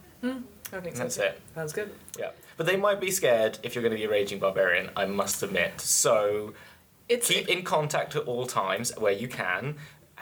Speaker 2: I
Speaker 1: And
Speaker 2: think so.
Speaker 1: that's it.
Speaker 2: Sounds good.
Speaker 1: Yeah. But they might be scared if you're going to be a raging barbarian. I must admit. So
Speaker 2: It's
Speaker 1: keep in contact at all times where you can.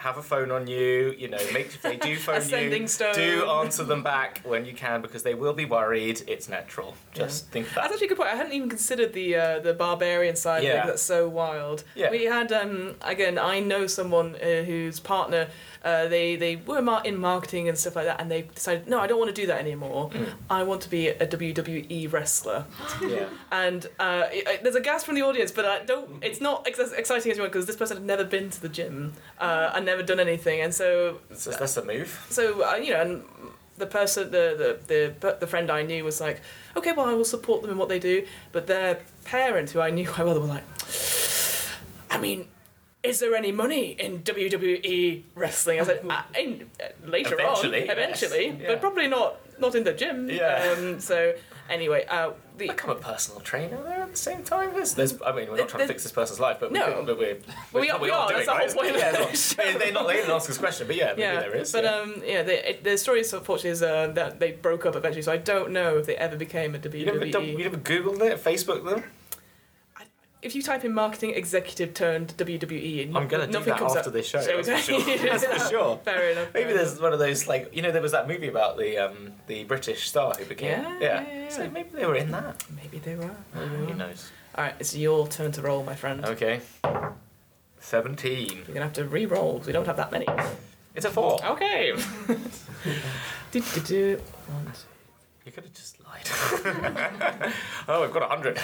Speaker 1: Have a phone on you, you know, make if they do phone
Speaker 2: Ascending
Speaker 1: you,
Speaker 2: stone.
Speaker 1: do answer them back when you can because they will be worried. It's natural. Just think
Speaker 2: That's
Speaker 1: that.
Speaker 2: actually a good point. I hadn't even considered the uh, the barbarian side of it.
Speaker 1: Yeah.
Speaker 2: 'cause That's so wild.
Speaker 1: Yeah.
Speaker 2: We had um, again. I know someone uh, whose partner uh, they they were mar- in marketing and stuff like that, and they decided, no, I don't want to do that anymore.
Speaker 1: Mm.
Speaker 2: I want to be a WWE wrestler.
Speaker 1: yeah.
Speaker 2: And uh, I- I- there's a gasp from the audience, but I don't. It's not ex- as exciting as you want because this person had never been to the gym uh, and never done anything, and so
Speaker 1: So that's a move.
Speaker 2: so uh, you know, and the person, the the the the friend I knew was like, okay, well, I will support them in what they do, but their parent, who I knew quite well, they were like, I mean. Is there any money in WWE wrestling? I said uh, in, uh, later
Speaker 1: Eventually,
Speaker 2: on,
Speaker 1: yes.
Speaker 2: eventually,
Speaker 1: Yeah.
Speaker 2: but probably not not in the gym.
Speaker 1: Yeah.
Speaker 2: Um, so anyway, uh, the,
Speaker 1: Become a personal trainer there at the same time. There's, there's I mean, we're not trying to
Speaker 2: There-
Speaker 1: fix this person's life, but
Speaker 2: No.
Speaker 1: we, could- but we're,
Speaker 2: Well, we
Speaker 1: we're-
Speaker 2: are- we are,
Speaker 1: doing,
Speaker 2: that's the whole
Speaker 1: right?
Speaker 2: point of
Speaker 1: Yeah,
Speaker 2: the
Speaker 1: it's not- they- they're not. They didn't ask this question, but yeah, maybe
Speaker 2: yeah,
Speaker 1: there is.
Speaker 2: but
Speaker 1: yeah.
Speaker 2: um, yeah, they, it, the story, is, unfortunately, is uh, that they broke up eventually. So I don't know if they ever became a E. WWE.
Speaker 1: you never, done- you never googled it, Facebooked them.
Speaker 2: if you type in marketing executive turned WWE, and
Speaker 1: I'm gonna do
Speaker 2: nothing
Speaker 1: that
Speaker 2: comes
Speaker 1: after
Speaker 2: up.
Speaker 1: this show.
Speaker 2: Shall we
Speaker 1: That's for
Speaker 2: do-
Speaker 1: sure. That's for sure.
Speaker 2: Fair enough.
Speaker 1: Maybe there's one of those like you know there was that movie about the um, the British star who became
Speaker 2: Yeah, yeah, yeah, yeah.
Speaker 1: so maybe they were in that.
Speaker 2: Maybe they were.
Speaker 1: Who knows?
Speaker 2: All right, it's your turn to roll, my friend.
Speaker 1: Okay, seventeen.
Speaker 2: You're gonna have to re-roll. 'cause We don't have that many.
Speaker 1: It's a four.
Speaker 2: Okay. do, do, do. One, two.
Speaker 1: You could have just lied. oh, we've got a hundred.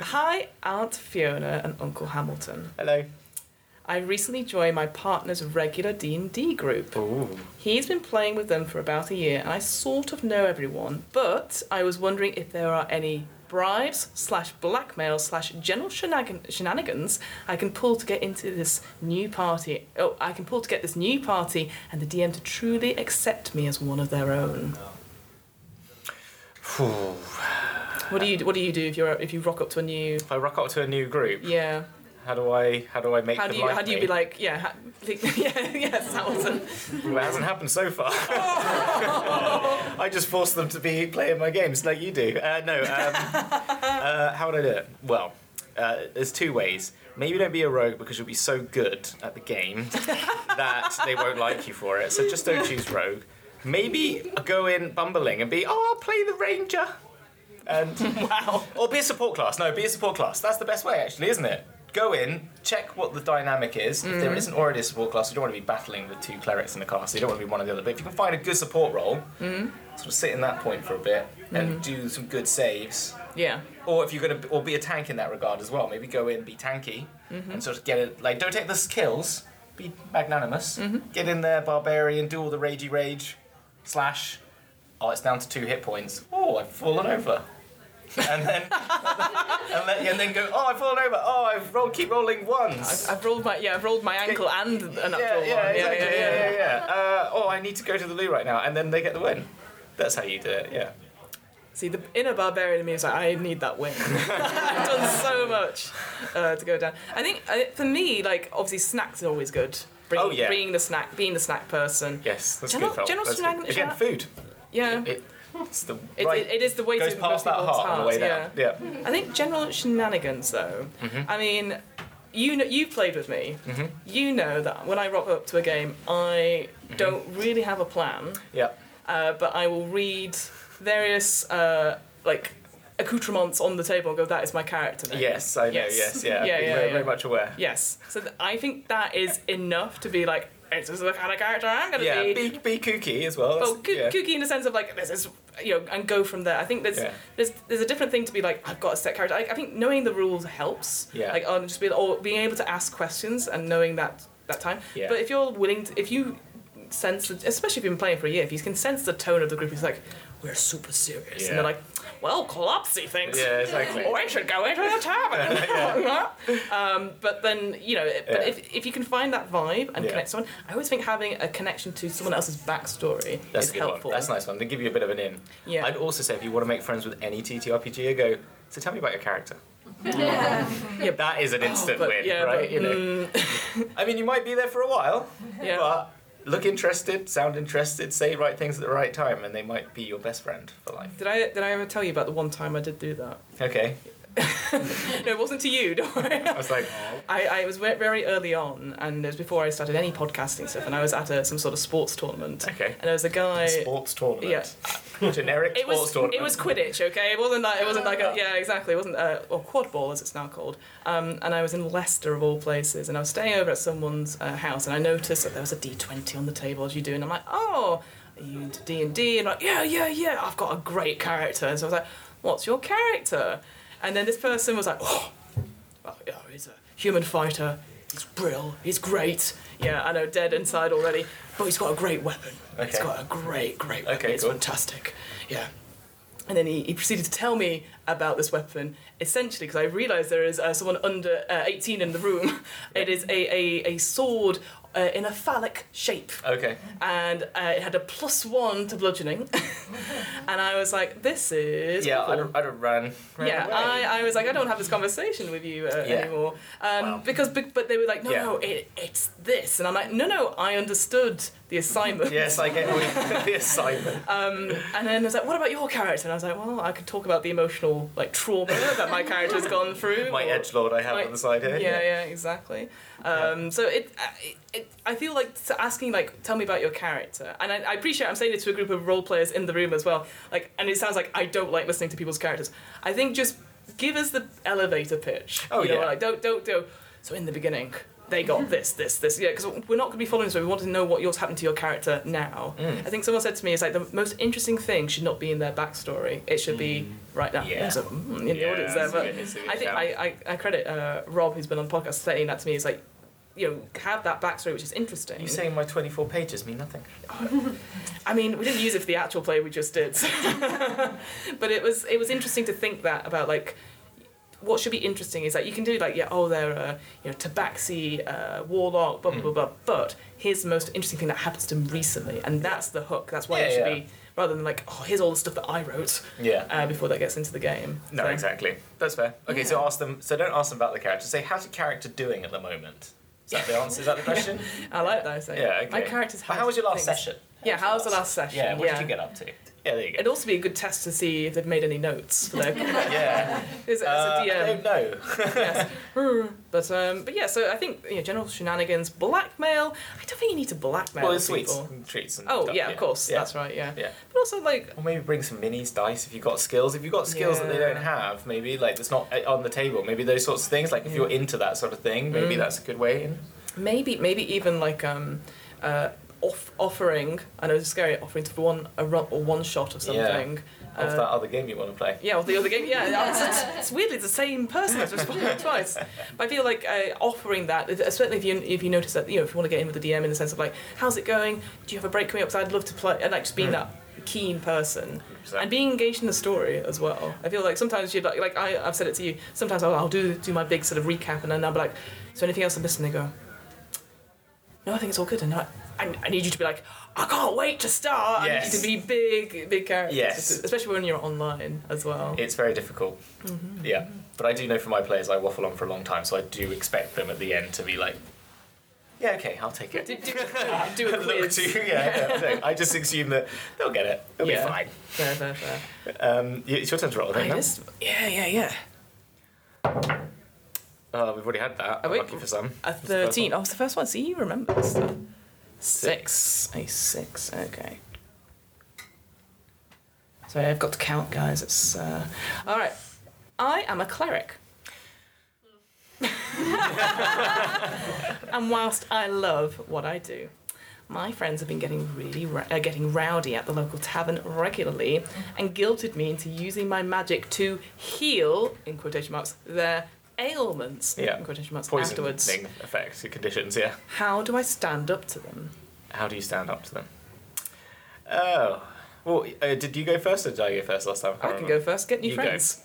Speaker 2: Hi, Aunt Fiona and Uncle Hamilton.
Speaker 1: Hello.
Speaker 2: I recently joined my partner's regular D&D group.
Speaker 1: Ooh.
Speaker 2: He's been playing with them for about a year, and I sort of know everyone, but I was wondering if there are any bribes slash blackmail slash general shenagan- shenanigans I can pull to get into this new party. Oh, I can pull to get this new party and the DM to truly accept me as one of their own. What do you What do you do if you're if you rock up to a new?
Speaker 1: If I rock up to a new group,
Speaker 2: Yeah.
Speaker 1: How do I how do I make
Speaker 2: How
Speaker 1: them
Speaker 2: do you
Speaker 1: like
Speaker 2: how do you
Speaker 1: me?
Speaker 2: be like yeah ha- yeah yes Hamilton?
Speaker 1: Well, it hasn't happened so far. I just forced them to be playing my games like you do. Uh, no, um, uh, how would I do it? Well, uh, there's two ways. Maybe don't be a rogue because you'll be so good at the game that they won't like you for it. So just don't choose rogue. Maybe go in bumbling and be, oh, I'll play the ranger. And wow. Or be a support class. No, be a support class. That's the best way, actually, isn't it? Go in, check what the dynamic is. If there isn't already a support class, you don't want to be battling with two clerics in the class. You don't want to be one or the other. But if you can find a good support role, sort of sit in that point for a bit and do some good saves.
Speaker 2: Yeah.
Speaker 1: Or if you're gonna, or be a tank in that regard as well. Maybe go in, be tanky,
Speaker 2: Mm-hmm.
Speaker 1: and sort of get it. Like, don't take the skills. Be magnanimous.
Speaker 2: Mm-hmm.
Speaker 1: Get in there, barbarian. Do all the ragey rage, slash. Oh, it's down to two hit points. Oh, I've fallen over. and then, and then, and then go. Oh, I've fallen over. Oh, I've rolled. Keep rolling ones.
Speaker 2: I've rolled my yeah I've rolled my ankle and an up
Speaker 1: yeah,
Speaker 2: roll
Speaker 1: yeah,
Speaker 2: one.
Speaker 1: exactly. yeah, yeah, yeah, Uh, oh, I need to go to the loo right now, and then they get the win. That's how you do it. Yeah.
Speaker 2: See, the inner barbarian in me is like, I need that win. I've done so much uh, to go down. I think I, for me, like, obviously, snacks are always good. Bring,
Speaker 1: Oh, yeah.
Speaker 2: Bringing the snack, being the snack person.
Speaker 1: Yes, that's
Speaker 2: General-
Speaker 1: good. Phil.
Speaker 2: general
Speaker 1: That's good.
Speaker 2: scenario-
Speaker 1: Again, food.
Speaker 2: Yeah.
Speaker 1: It, it's the
Speaker 2: It-
Speaker 1: right.
Speaker 2: it- it is the way
Speaker 1: goes
Speaker 2: to
Speaker 1: past that
Speaker 2: most people's
Speaker 1: heart on the way
Speaker 2: hearts,
Speaker 1: down. Mm-hmm. Yeah.
Speaker 2: I think general shenanigans, though. I mean, you know, you've played with me.
Speaker 1: Mm-hmm.
Speaker 2: You know that when I rock up to a game, I
Speaker 1: Mm-hmm.
Speaker 2: don't really have a plan.
Speaker 1: Yeah.
Speaker 2: uh, but I will read various uh, like accoutrements on the table and go, "That is my character." name."
Speaker 1: Yes, I know. Yes.
Speaker 2: Yes.
Speaker 1: yeah.
Speaker 2: Yeah,
Speaker 1: Being
Speaker 2: yeah,
Speaker 1: very,
Speaker 2: yeah.
Speaker 1: very much aware.
Speaker 2: Yes. So th- I think that is enough to be like, "This is the kind of character I'm going to
Speaker 1: Yeah.
Speaker 2: be."
Speaker 1: Be, be kooky as well.
Speaker 2: well,
Speaker 1: that's-
Speaker 2: coo-
Speaker 1: yeah.
Speaker 2: kooky in the sense of like, "This is." You know, and go from there. I think there's
Speaker 1: Yeah.
Speaker 2: there's there's a different thing to be like I've got a set character. I, I think knowing the rules helps.
Speaker 1: Yeah.
Speaker 2: Like on just be or being able to ask questions and knowing that that time.
Speaker 1: Yeah.
Speaker 2: But if you're willing to, if you sense, the, especially if you've been playing for a year, if you can sense the tone of the group, it's like we're super serious,
Speaker 1: Yeah.
Speaker 2: and they're like, well, Colopsy thinks
Speaker 1: Yeah, exactly.
Speaker 2: we Oh, should go into the tavern. um, but then, you know, it- but
Speaker 1: Yeah.
Speaker 2: if, if you can find that vibe and
Speaker 1: Yeah.
Speaker 2: connect someone, I always think having a connection to someone else's backstory
Speaker 1: That's
Speaker 2: is
Speaker 1: a good
Speaker 2: helpful.
Speaker 1: one. That's a nice one. They give you a bit of an in.
Speaker 2: Yeah.
Speaker 1: I'd also say if you want to make friends with any TTRPG, go. So tell me about your character.
Speaker 2: Yeah.
Speaker 1: That is an instant
Speaker 2: Oh, but-
Speaker 1: win,
Speaker 2: yeah,
Speaker 1: right?
Speaker 2: but, mm.
Speaker 1: you know. I mean, you might be there for a while,
Speaker 2: Yeah.
Speaker 1: but look interested, sound interested, say right things at the right time, and they might be your best friend for life.
Speaker 2: Did I did I ever tell you about the one time I did do that?
Speaker 1: Okay.
Speaker 2: No, it wasn't to you. Don't worry.
Speaker 1: I was like,
Speaker 2: I, I was ve- very early on, and it was before I started any podcasting stuff. And I was at a, some sort of sports tournament.
Speaker 1: Okay.
Speaker 2: And there was a guy.
Speaker 1: sports tournament.
Speaker 2: Yeah.
Speaker 1: Generic
Speaker 2: It
Speaker 1: sports
Speaker 2: was
Speaker 1: tournament.
Speaker 2: it was Quidditch, okay. It wasn't that. It wasn't like a, yeah, exactly. It wasn't uh, or quad ball as it's now called. Um, and I was in Leicester of all places, and I was staying over at someone's uh, house, and I noticed that there was a D twenty on the table as you do, and I'm like, oh, are you into D and D? And like, yeah, yeah, yeah. I've got a great character, and so I was like, what's your character? And then this person was like, oh, well, yeah, he's a human fighter. He's brill. He's great. Yeah, I know, dead inside already, but he's got a great weapon. He's
Speaker 1: Okay.
Speaker 2: got a great, great weapon.
Speaker 1: Okay,
Speaker 2: it's
Speaker 1: cool.
Speaker 2: fantastic. Yeah. And then he, he proceeded to tell me about this weapon, essentially, because I realised there is uh, someone under uh, 18 in the room. It is a, a, a sword uh, in a phallic shape
Speaker 1: Okay.
Speaker 2: and uh, it had a plus one to bludgeoning. and I was like, this is.
Speaker 1: Yeah,
Speaker 2: awful.
Speaker 1: I'd, I'd have run. ran
Speaker 2: yeah,
Speaker 1: away.
Speaker 2: I, I was like, I don't have this conversation with you uh,
Speaker 1: Yeah.
Speaker 2: anymore. Um,
Speaker 1: Wow.
Speaker 2: Because, but, but they were like, no,
Speaker 1: Yeah.
Speaker 2: no, it, it's this. And I'm like, no, no, I understood the assignment.
Speaker 1: Yes, I get with the assignment.
Speaker 2: And then I was like, what about your character? And I was like, well, I could talk about the emotional like trauma that my character's gone through.
Speaker 1: My
Speaker 2: or-
Speaker 1: edge lord I have
Speaker 2: my-
Speaker 1: on the side here.
Speaker 2: Yeah, yeah, exactly. Um, So it, I- it, I feel like s- asking like, tell me about your character, and I, I appreciate I'm saying it to a group of role players in the room as well. Like, and it sounds like I don't like listening to people's characters. I think just give us the elevator pitch.
Speaker 1: Oh,
Speaker 2: you know,
Speaker 1: yeah.
Speaker 2: Like don't don't do. So in the beginning. They got this, this, this. Yeah, because we're not going to be following this. but We want to know what yours happened to your character now. I think someone said to me, "It's like the most interesting thing should not be in their backstory. It should be right now."
Speaker 1: Mm. Yeah.
Speaker 2: So, mm, in the
Speaker 1: Yeah,
Speaker 2: audience there,
Speaker 1: that's a
Speaker 2: but
Speaker 1: good- that's a good
Speaker 2: I think
Speaker 1: shout.
Speaker 2: I, I, I credit uh, Rob, who's been on the podcast, saying that to me. He's like, you know, have that backstory, which is interesting.
Speaker 1: You saying my 24 pages mean nothing?
Speaker 2: I mean, we didn't use it for the actual play we just did, so- but it was it was interesting to think that about like. What should be interesting is that you can do like yeah oh they're a you know Tabaxi uh,
Speaker 1: Mm.
Speaker 2: warlock blah blah blah blah but here's the most interesting thing that happens to him recently and that's the hook that's why
Speaker 1: Yeah,
Speaker 2: it should
Speaker 1: yeah.
Speaker 2: be rather than like, oh, here's all the stuff that I wrote
Speaker 1: Yeah.
Speaker 2: uh, before that gets into the game.
Speaker 1: No,
Speaker 2: So-
Speaker 1: exactly. That's fair. Okay, so
Speaker 2: Yeah.
Speaker 1: ask them. So don't ask them about the character. Say how's your character doing at the moment. Is that the answer? Is that the question?
Speaker 2: I like that. So
Speaker 1: yeah. Okay.
Speaker 2: My character's
Speaker 1: But How was your last
Speaker 2: things.
Speaker 1: session?
Speaker 2: Yeah, how was the last session?
Speaker 1: Yeah. What
Speaker 2: Yeah.
Speaker 1: did you get up to? Yeah. There you
Speaker 2: It'd
Speaker 1: go.
Speaker 2: also be a good test to see if they've made any notes for their
Speaker 1: Yeah.
Speaker 2: as, as
Speaker 1: Uh,
Speaker 2: a
Speaker 1: I
Speaker 2: DM.
Speaker 1: don't know.
Speaker 2: yes. But um, but yeah, so I think you know, general shenanigans, blackmail. I don't think you need to blackmail
Speaker 1: Well, it's sweets
Speaker 2: people.
Speaker 1: and treats and
Speaker 2: Oh
Speaker 1: stuff,
Speaker 2: yeah, of course.
Speaker 1: Yeah.
Speaker 2: That's right. Yeah.
Speaker 1: Yeah.
Speaker 2: But also like
Speaker 1: Or maybe bring some minis, dice if you've got skills. If you've got skills that they
Speaker 2: Yeah.
Speaker 1: don't have, maybe like that's not uh, on the table. Maybe those sorts of things. Like if you're into that sort of thing,
Speaker 2: Mm.
Speaker 1: maybe that's a good way in.
Speaker 2: maybe maybe even like um, uh, off offering. I know it's scary offering to one a run or one shot of
Speaker 1: Yeah.
Speaker 2: something.
Speaker 1: Of
Speaker 2: Uh,
Speaker 1: that other game you want to play.
Speaker 2: Yeah, well, the other game. Yeah, it's, it's- it's weirdly the same person that's responding twice. But I feel like uh, offering that, especially if you if you notice that you know if you want to get in with the DM in the sense of like, how's it going? Do you have a break coming up? 'Cause I'd love to play, and like just
Speaker 1: Hmm.
Speaker 2: being that keen person and being engaged in the story as well. I feel like sometimes you like like I, I've said it to you. Sometimes I'll, I'll do do my big sort of recap and then I'll be like, is there anything else I'm missing? They go, no, I think it's all good. And I, I, I need you to be like, I can't wait to start.
Speaker 1: Yes.
Speaker 2: I need you to be big, big characters.
Speaker 1: Yes.
Speaker 2: Especially when you're online as well.
Speaker 1: It's very difficult.
Speaker 2: Mm-hmm.
Speaker 1: Yeah. But I do know from my players I waffle on for a long time, so I do expect them at the end to be like, yeah, okay, I'll take it.
Speaker 2: do, do, do a
Speaker 1: Look
Speaker 2: quiz.
Speaker 1: to- yeah, yeah, no, I just assume that they'll get it. They'll
Speaker 2: Yeah.
Speaker 1: be fine.
Speaker 2: Fair, fair, fair.
Speaker 1: Um, y- it's your turn to roll, I think.
Speaker 2: Right,
Speaker 1: now.
Speaker 2: this- yeah, yeah, yeah.
Speaker 1: Uh, we've already had that.
Speaker 2: we-
Speaker 1: Lucky for some.
Speaker 2: A
Speaker 1: It's the first
Speaker 2: 13.
Speaker 1: one.
Speaker 2: Oh, it's the first one. See, you remember this stuff. Six. A six. Okay. Sorry, I've got to count, guys. It's. Uh... All right. I am a cleric. and whilst I love what I do, my friends have been getting really ra- uh, getting rowdy at the local tavern regularly and guilted me into using my magic to heal, in quotation marks, their ailments,
Speaker 1: Yeah.
Speaker 2: in quotation marks,
Speaker 1: Poisoning
Speaker 2: afterwards.
Speaker 1: effects, conditions, yeah.
Speaker 2: How do I stand up to them?
Speaker 1: How do you stand up to them? Oh. Well, uh, did you go first or did I go first last time?
Speaker 2: I can go first. Get
Speaker 1: Uh,
Speaker 2: new
Speaker 1: You go.
Speaker 2: friends.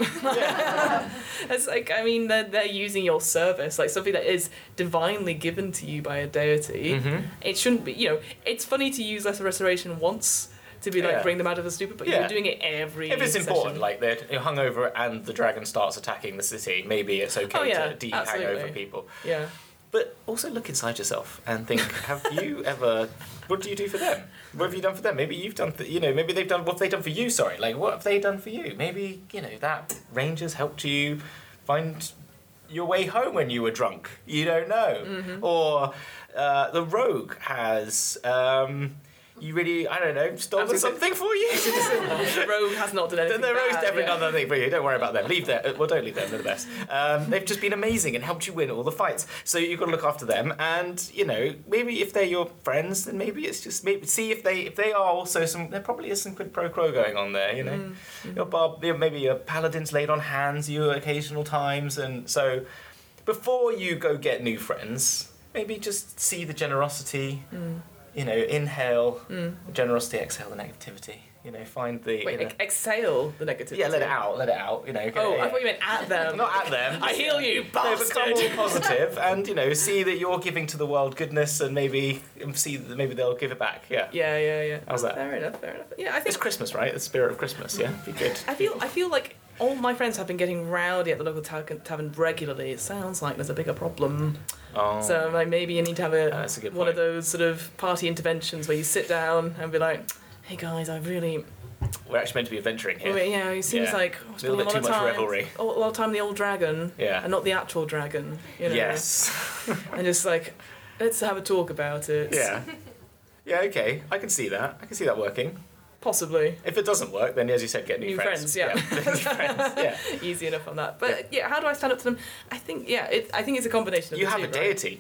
Speaker 2: it's like I mean they're, they're using your service, like something that is divinely given to you by a deity.
Speaker 1: Mm-hmm.
Speaker 2: It shouldn't be. You know, it's funny to use lesser restoration once to be like
Speaker 1: Yeah.
Speaker 2: bring them out of the stupor, but
Speaker 1: Yeah.
Speaker 2: you're doing it every.
Speaker 1: If it's
Speaker 2: session.
Speaker 1: important, like they're you're hungover and the dragon starts attacking the city, maybe it's okay
Speaker 2: Oh, yeah,
Speaker 1: to de
Speaker 2: absolutely.
Speaker 1: hangover people.
Speaker 2: yeah.
Speaker 1: But also look inside yourself and think: Have you ever? What do you do for them? What have you done for them? Maybe you've done, th- you know, maybe they've done. What have they done for you? Sorry, like what have they done for you? Maybe you know that ranger's helped you find your way home when you were drunk. You don't know, or uh, the rogue has. Um, you really, I don't know, stolen
Speaker 2: Absolutely.
Speaker 1: something for you.
Speaker 2: The rogue has not done
Speaker 1: They're,
Speaker 2: anything.
Speaker 1: they're always
Speaker 2: bad,
Speaker 1: definitely
Speaker 2: yeah.
Speaker 1: done that thing for you. Don't worry about them. Leave them. uh, Well, don't leave them. They're the best. Um, they've just been amazing and helped you win all the fights. So you've got to look after them. And you know, maybe if they're your friends, then maybe it's just maybe see if they if they are also some. There probably is some quid pro quo going on there. You know,
Speaker 2: Mm,
Speaker 1: your barb, your- maybe your paladins laid on hands you occasional times, and so before you go get new friends, maybe just see the generosity.
Speaker 2: Mm.
Speaker 1: You know, inhale generosity, exhale the negativity. You know, find the
Speaker 2: Wait,
Speaker 1: you know-
Speaker 2: ex- exhale the negativity.
Speaker 1: yeah, let it out, let it out. You know. get
Speaker 2: Oh,
Speaker 1: it,
Speaker 2: I thought you meant at them.
Speaker 1: not at them.
Speaker 2: I heal you,
Speaker 1: No,
Speaker 2: bastard.
Speaker 1: become more positive, and you know, see that you're giving to the world goodness, and maybe and see that maybe they'll give it back. Yeah.
Speaker 2: Yeah, yeah, yeah.
Speaker 1: How's that?
Speaker 2: Fair enough. Fair enough. Yeah, I think
Speaker 1: It's Christmas, right? The spirit of Christmas. Yeah. Be good.
Speaker 2: Mm-hmm. I feel I feel like all my friends have been getting rowdy at the local ta- tavern regularly. It sounds like there's a bigger problem.
Speaker 1: Oh.
Speaker 2: So like maybe you need to have a,
Speaker 1: Uh, that's a good
Speaker 2: one of
Speaker 1: point.
Speaker 2: those sort of party interventions where you sit down and be like, "Hey guys, I really,
Speaker 1: We're actually meant to be adventuring here.
Speaker 2: well, you know, it seems
Speaker 1: Yeah.
Speaker 2: like
Speaker 1: A
Speaker 2: I'm
Speaker 1: little
Speaker 2: spending
Speaker 1: bit
Speaker 2: a lot
Speaker 1: too
Speaker 2: of
Speaker 1: much
Speaker 2: time,
Speaker 1: revelry.
Speaker 2: a lot of time the old dragon,
Speaker 1: Yeah.
Speaker 2: and not the actual dragon. You know?
Speaker 1: Yes.
Speaker 2: And just like, let's have a talk about it.
Speaker 1: Yeah. Yeah. Okay. I can see that. I can see that working.
Speaker 2: Possibly
Speaker 1: If it doesn't work, then as you said, get new,
Speaker 2: New friends, yeah.
Speaker 1: new friends. Yeah.
Speaker 2: easy enough on that. But yeah, how do I stand up to them? I think yeah, it, I think it's a combination of
Speaker 1: You
Speaker 2: the
Speaker 1: have
Speaker 2: two,
Speaker 1: a
Speaker 2: right?
Speaker 1: deity.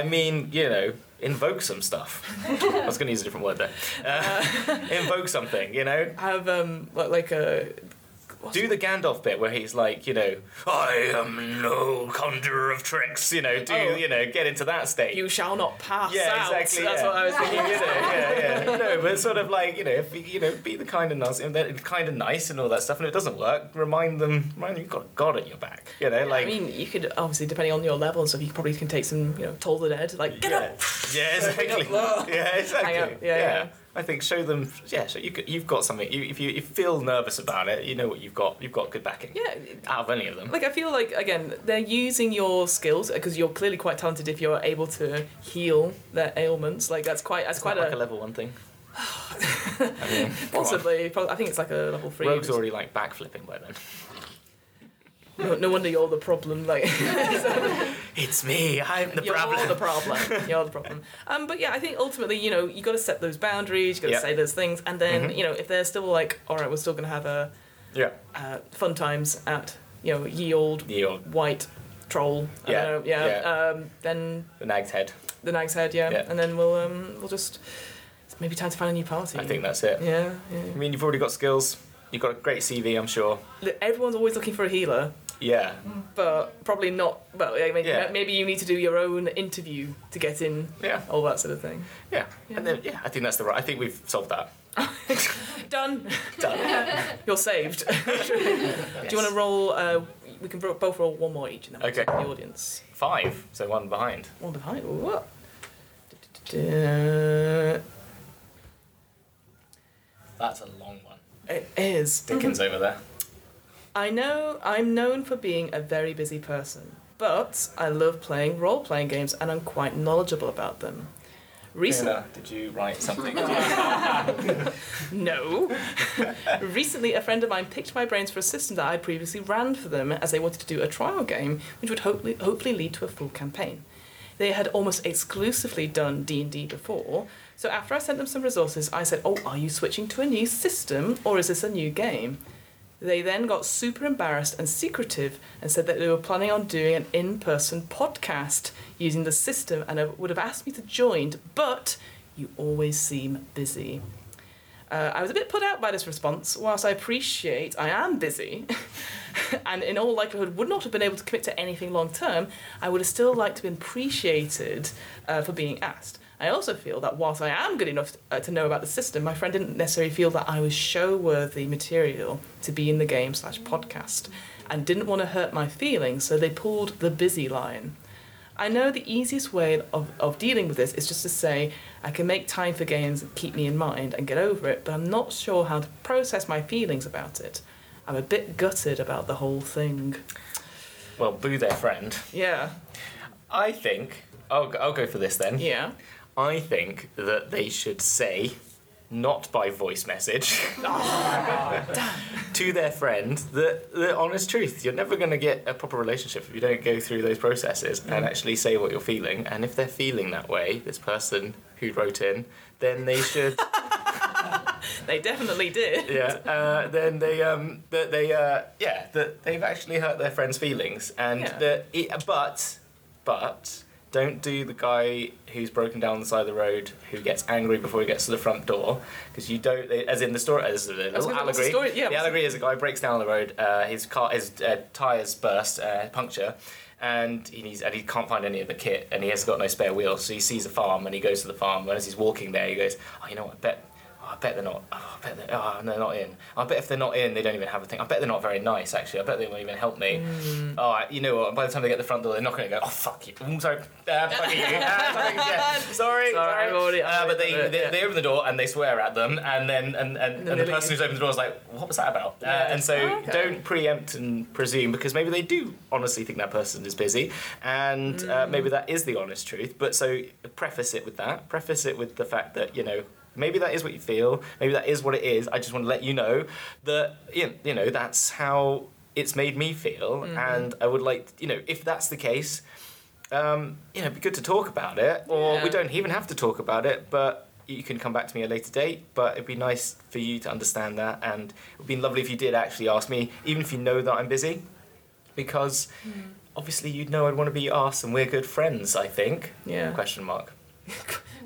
Speaker 1: I mean, you know, invoke some stuff. I was going to use a different word there. Uh, invoke something, you know.
Speaker 2: have um like, like a
Speaker 1: Do the Gandalf bit where he's like, you know, I am no conjurer of tricks, you know. Do
Speaker 2: Oh.
Speaker 1: you know? Get into that state.
Speaker 2: you shall not pass
Speaker 1: yeah,
Speaker 2: out.
Speaker 1: exactly.
Speaker 2: That's
Speaker 1: yeah.
Speaker 2: what I was thinking.
Speaker 1: You know, yeah, yeah. No, but sort of like you know, if, you know, be the kind and nice, and then kind and nice, and all that stuff. And if it doesn't work, remind them, remind them, you've got God at your back. You know, like
Speaker 2: I mean, you could obviously, depending on your level and stuff, you probably can take some, you know, toll the dead, like get
Speaker 1: yeah.
Speaker 2: up.
Speaker 1: Yeah, exactly.
Speaker 2: low.
Speaker 1: Yeah, exactly.
Speaker 2: Hang up, yeah, yeah.
Speaker 1: I think show them. Yeah, so you, could- you've got something. You, if you, you feel nervous about it, you know what you've got. You've got good backing.
Speaker 2: Yeah,
Speaker 1: Out of any of them.
Speaker 2: like I feel like again they're using your skills because you're clearly quite talented if you're able to heal their ailments. Like that's quite that's
Speaker 1: It's
Speaker 2: quite
Speaker 1: not like a
Speaker 2: a,
Speaker 1: level one thing. I mean, come on.
Speaker 2: possibly. prob- I think it's like a level three.
Speaker 1: Rogue's already like backflipping by then.
Speaker 2: No, no wonder you're the problem. Like
Speaker 1: It's me. I'm the
Speaker 2: you're
Speaker 1: problem.
Speaker 2: the problem. You're the problem. Um, but yeah, I think ultimately you know you got to set those boundaries. You got to
Speaker 1: Yeah. Mm-hmm.
Speaker 2: say those things, and then you know if they're still like, all right, we're still gonna have a
Speaker 1: yeah.
Speaker 2: uh, fun times at you know ye old
Speaker 1: The old
Speaker 2: white troll. I
Speaker 1: Yeah,
Speaker 2: don't know, yeah.
Speaker 1: yeah.
Speaker 2: Um, then
Speaker 1: the nag's head.
Speaker 2: the nag's head, yeah.
Speaker 1: Yeah.
Speaker 2: And then we'll um we'll just it's maybe time to find a new party.
Speaker 1: I think that's it.
Speaker 2: Yeah, yeah.
Speaker 1: I mean, you've already got skills. You've got a great CV, I'm sure.
Speaker 2: Look, Everyone's always looking for a healer,
Speaker 1: Yeah.
Speaker 2: but probably not. Well, I mean,
Speaker 1: Yeah.
Speaker 2: maybe you need to do your own interview to get in,
Speaker 1: Yeah.
Speaker 2: all that sort of thing.
Speaker 1: Yeah. And then yeah, I think that's the right. I think we've solved that.
Speaker 2: Done.
Speaker 1: Done.
Speaker 2: You're saved. Do you want to roll? Uh, we can ro- both roll one more each, and then we'll
Speaker 1: Okay.
Speaker 2: take the audience.
Speaker 1: Five. So one behind.
Speaker 2: One behind. Ooh, what? Du-du-du-du.
Speaker 1: That's a long one.
Speaker 2: It is.
Speaker 1: Dickens over there.
Speaker 2: I know I'm known for being a very busy person, but I love playing role playing games and I'm quite knowledgeable about them. Recently,
Speaker 1: Fiona, did you write something?
Speaker 2: no. Recently, a friend of mine picked my brains for a system that I previously ran for them as they wanted to do a trial game, which would hopefully, hopefully lead to a full campaign. They had almost exclusively done D&D before, so after I sent them some resources, I said, "Oh, are you switching to a new system or is this a new game?" They then got super embarrassed and secretive and said that they were planning on doing an in person podcast using the system and have- would have asked me to join, but you always seem busy. Uh, I was a bit put out by this response. Whilst I appreciate I am busy and in all likelihood would not have been able to commit to anything long term, I would have still liked to have been appreciated uh, for being asked. I also feel that whilst I am good enough uh, to know about the system, my friend didn't necessarily feel that I was show worthy material to be in the game slash podcast and didn't want to hurt my feelings, so they pulled the busy line. I know the easiest way of, of dealing with this is just to say, I can make time for games that keep me in mind and get over it, but I'm not sure how to process my feelings about it. I'm a bit gutted about the whole thing.
Speaker 1: well, boo their friend.
Speaker 2: Yeah,
Speaker 1: I think I'll go, I'll go for this then.
Speaker 2: yeah.
Speaker 1: I think that they should say, not by voice message, to their friend the, the honest truth. You're never going to get a proper relationship if you don't go through those processes and actually say what you're feeling. And if they're feeling that way, this person who wrote in, then they should,
Speaker 2: They definitely did.
Speaker 1: yeah, uh, then they, um, that they, uh, yeah, that they've actually hurt their friend's feelings. And
Speaker 2: Yeah.
Speaker 1: the, it, but, but. Don't do the guy who's broken down the side of the road who gets angry before he gets to the front door because you don't. As in the story, as the
Speaker 2: was
Speaker 1: little
Speaker 2: gonna- what's the
Speaker 1: allegory.
Speaker 2: story? Yeah,
Speaker 1: the
Speaker 2: what's-
Speaker 1: allegory is a guy breaks down the road. Uh, his car, his uh, tires burst, uh, puncture, and he needs, and he can't find any of the kit, and he has got no spare wheels. So he sees a farm, and he goes to the farm. And as he's walking there, he goes, "Oh, you know what? I bet." oh, I bet they're not. Oh, I bet they're, oh, no, they're not in. I bet if they're not in, they don't even have a thing. I bet they're not very nice, actually. I bet they won't even help me.
Speaker 2: Mm.
Speaker 1: All right, you know what? By the time they get to the front door, they're not going to go. Oh fuck you! I'm sorry. Uh, fuck you. Uh, fuck you. Yeah. Sorry.
Speaker 2: Sorry, I've already- I've
Speaker 1: uh, but
Speaker 2: already
Speaker 1: they,
Speaker 2: done it,
Speaker 1: they,
Speaker 2: yeah.
Speaker 1: they open the door and they swear at them, and then and, and,
Speaker 2: then
Speaker 1: and the
Speaker 2: they
Speaker 1: person
Speaker 2: leave.
Speaker 1: who's opened the door is like, "What was that about?"
Speaker 2: Yeah.
Speaker 1: Uh, and so
Speaker 2: Oh, okay.
Speaker 1: don't preempt and presume because maybe they do honestly think that person is busy, and uh,
Speaker 2: Mm.
Speaker 1: maybe that is the honest truth. But so preface it with that. Preface it with the fact that you know. Maybe that is what you feel. Maybe that is what it is. I just want to let you know that you you know that's how it's made me feel,
Speaker 2: Mm-hmm.
Speaker 1: and I would like you know if that's the case, um, you know, it'd be good to talk about it, or
Speaker 2: Yeah.
Speaker 1: we don't even have to talk about it, but you can come back to me at a later date. But it'd be nice for you to understand that, and it would be lovely if you did actually ask me, even if you know that I'm busy, because
Speaker 2: Mm-hmm.
Speaker 1: obviously you'd know I'd want to be asked, and we're good friends, I think.
Speaker 2: Yeah.
Speaker 1: Question mark.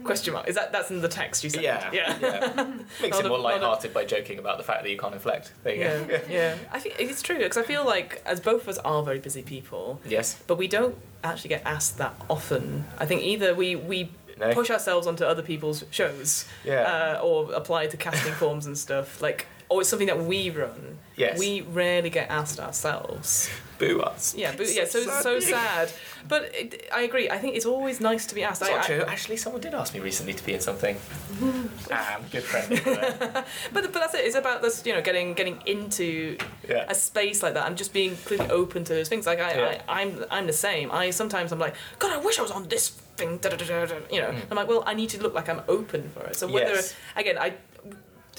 Speaker 2: Question mark. Is that that's in the text you said?
Speaker 1: Yeah.
Speaker 2: Yeah.
Speaker 1: yeah. Makes
Speaker 2: Not
Speaker 1: it
Speaker 2: a-
Speaker 1: more
Speaker 2: not a-
Speaker 1: lighthearted by joking about the fact that you can't inflect. There you
Speaker 2: Yeah.
Speaker 1: go.
Speaker 2: yeah. I think it's true because I feel like as both of us are very busy people,
Speaker 1: yes.
Speaker 2: but we don't actually get asked that often. I think either we we
Speaker 1: No.
Speaker 2: push ourselves onto other people's shows,
Speaker 1: Yeah.
Speaker 2: uh, or apply to casting forms and stuff. Like, or it's something that we run,
Speaker 1: Yes.
Speaker 2: we rarely get asked ourselves.
Speaker 1: Boo us.
Speaker 2: Yeah, but yeah, so so sad.
Speaker 1: sad.
Speaker 2: But it, I agree. I think it's always nice to be asked.
Speaker 1: That's
Speaker 2: I-
Speaker 1: not
Speaker 2: I-
Speaker 1: true. Actually, someone did ask me recently to be in something. Ah, I'm a good friend. but-
Speaker 2: but but that's it. It's about this, you know, getting getting into
Speaker 1: Yeah.
Speaker 2: a space like that and just being completely open to those things. Like I,
Speaker 1: Yeah.
Speaker 2: I I'm I'm the same. I sometimes I'm like, God, I wish I was on this thing. Da, da, da, da, da," You know, I'm like, well, I need to look like I'm open for it. So whether
Speaker 1: Mm. Yes.
Speaker 2: again, I.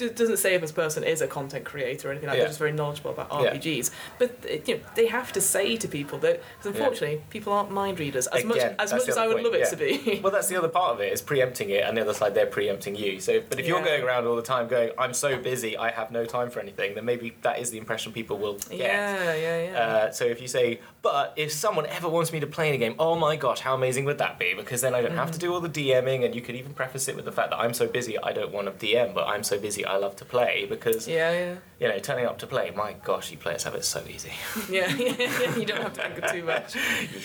Speaker 2: It doesn't say if this person is a content creator or anything like that.
Speaker 1: Yeah.
Speaker 2: They're just very knowledgeable about
Speaker 1: Yeah.
Speaker 2: RPGs, but uh, you know they have to say to people that because unfortunately people aren't mind readers as much
Speaker 1: Again,
Speaker 2: as
Speaker 1: that's
Speaker 2: much
Speaker 1: the
Speaker 2: as
Speaker 1: other
Speaker 2: I would
Speaker 1: point,
Speaker 2: love it
Speaker 1: yeah.
Speaker 2: to be.
Speaker 1: well, that's the other part of it is preempting it, and the other side they're preempting you. So, but if you're
Speaker 2: Yeah.
Speaker 1: going around all the time going, "I'm so busy, I have no time for anything," then maybe that is the impression people will get.
Speaker 2: yeah, yeah, yeah.
Speaker 1: Uh, so if you say, but if someone ever wants me to play in a game, oh my gosh, how amazing would that be? Because then I don't have to do all the DMing, and you could even preface it with the fact that I'm so busy, I don't want to DM, but I'm so busy, I love to play. Because
Speaker 2: yeah, yeah.
Speaker 1: you know, turning up to play, my gosh, you players have it so easy.
Speaker 2: Yeah, yeah, you don't have to think of too much.
Speaker 1: You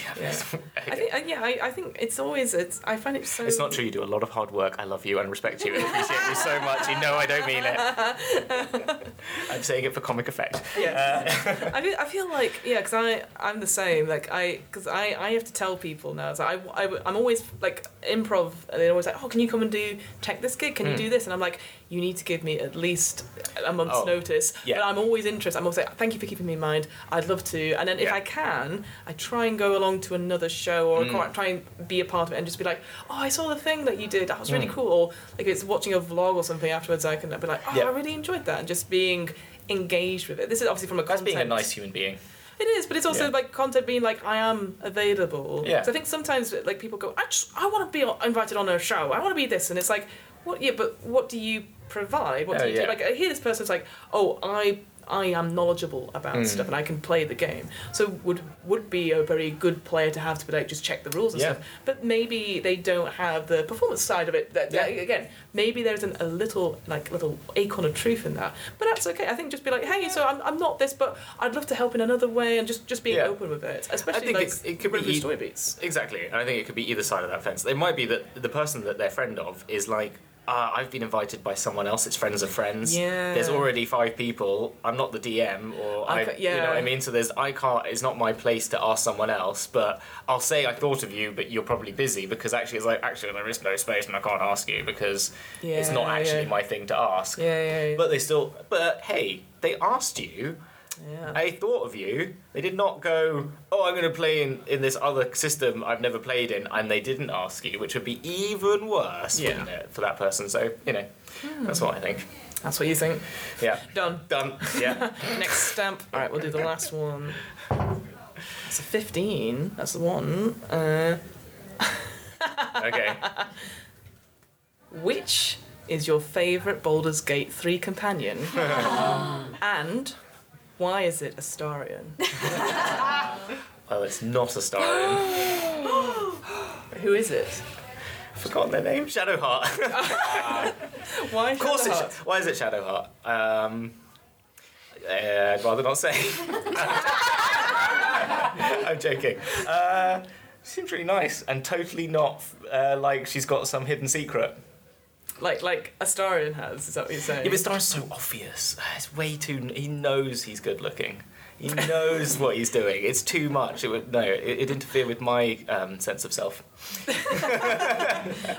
Speaker 1: have
Speaker 2: Yeah.
Speaker 1: it-
Speaker 2: I think, um, I, yeah, I, I think it's always, it's, I find it so.
Speaker 1: It's not true. You do a lot of hard work. I love you and respect you and appreciate you so much. You know I don't mean it. I'm saying it for comic effect.
Speaker 2: Yeah. I, feel, I feel like, yeah, because I, I'm the same. Like, I, because I, I have to tell people now. So I, I, I'm always like improv, and they're always like, oh, can you come and do, check this gig? Can
Speaker 1: Hmm.
Speaker 2: you do this? And I'm like, you need to give me at least a month's
Speaker 1: Oh,
Speaker 2: notice.
Speaker 1: yeah.
Speaker 2: But I'm always interested. I'm always like, thank you for keeping me in mind. I'd love to. And then if
Speaker 1: Yeah. Hmm.
Speaker 2: I can, I try and go along to another show or quite- try and be a part of it and just be like, oh, I saw the thing that you did. That was really
Speaker 1: Hmm.
Speaker 2: cool. Or like if it's watching a vlog or something afterwards, I can be like, oh,
Speaker 1: Yeah.
Speaker 2: I really enjoyed that. And just being engaged with it. This is obviously from a
Speaker 1: That's being a
Speaker 2: content-
Speaker 1: nice human being.
Speaker 2: it is, but it's also
Speaker 1: Yeah.
Speaker 2: like content being like I am available.
Speaker 1: Yeah.
Speaker 2: 'Cause I think sometimes like people go, I just, I want to be invited on a show. I want to be this, and it's like, what? Yeah, but what do you provide? What
Speaker 1: Oh,
Speaker 2: do you
Speaker 1: yeah.
Speaker 2: do? Like I hear this person's like, oh, I I am knowledgeable about
Speaker 1: Mm.
Speaker 2: stuff and I can play the game. So would would be a very good player to have to be like just check the rules and
Speaker 1: Yeah.
Speaker 2: stuff. But maybe they don't have the performance side of it. That, that-
Speaker 1: Yeah.
Speaker 2: again, maybe there's an, a little like little acorn of truth in that. But that's okay. I think just be like, hey, so I'm, I'm not this, but I'd love to help in another way, and just just being
Speaker 1: Yeah.
Speaker 2: open with it. Especially
Speaker 1: I think
Speaker 2: like
Speaker 1: it's- it could
Speaker 2: with
Speaker 1: be-
Speaker 2: the story beats.
Speaker 1: Exactly, and I think it could be either side of that fence. It might be that the person that they're friend of is like, uh, I've been invited by someone else. It's friends of friends.
Speaker 2: Yeah.
Speaker 1: There's already five people. I'm not the DM, or
Speaker 2: I
Speaker 1: I,
Speaker 2: ca-
Speaker 1: you
Speaker 2: yeah.
Speaker 1: know what I mean. So there's I can't. It's not my place to ask someone else. But I'll say I thought of you, but you're probably busy because actually it's like actually there is no space and I can't ask you because it's not
Speaker 2: Yeah,
Speaker 1: actually
Speaker 2: yeah.
Speaker 1: my thing to ask.
Speaker 2: Yeah, yeah, yeah.
Speaker 1: But they still. But hey, they asked you.
Speaker 2: yeah.
Speaker 1: I thought of you. They did not go, oh, I'm going to play in, in this other system I've never played in, and they didn't ask you, which would be even worse,
Speaker 2: Yeah.
Speaker 1: wouldn't it, for that person? So, you know, that's what I think.
Speaker 2: That's what you think.
Speaker 1: Yeah.
Speaker 2: Done.
Speaker 1: Done. Yeah.
Speaker 2: Next stamp. All right, we'll do the last one. That's a fifteen. That's the one. Uh,
Speaker 1: okay.
Speaker 2: which is your favourite Baldur's Gate three companion, and why is it Astarian?
Speaker 1: Well, it's not a star.
Speaker 2: Who is it?
Speaker 1: Forgotten their name. Shadowheart. of
Speaker 2: Why? Of
Speaker 1: course it's. Why is it Shadowheart? Um, uh, I'd rather not say. I'm joking. Uh, she seems really nice and totally not uh, like she's got some hidden secret.
Speaker 2: like like Astarian has. Is that what you're saying?
Speaker 1: Yeah, but Star's so obvious. uh, It's way too. He knows he's good looking. He knows what he's doing. It's too much. It would no. It, it'd interfere with my um, sense of self.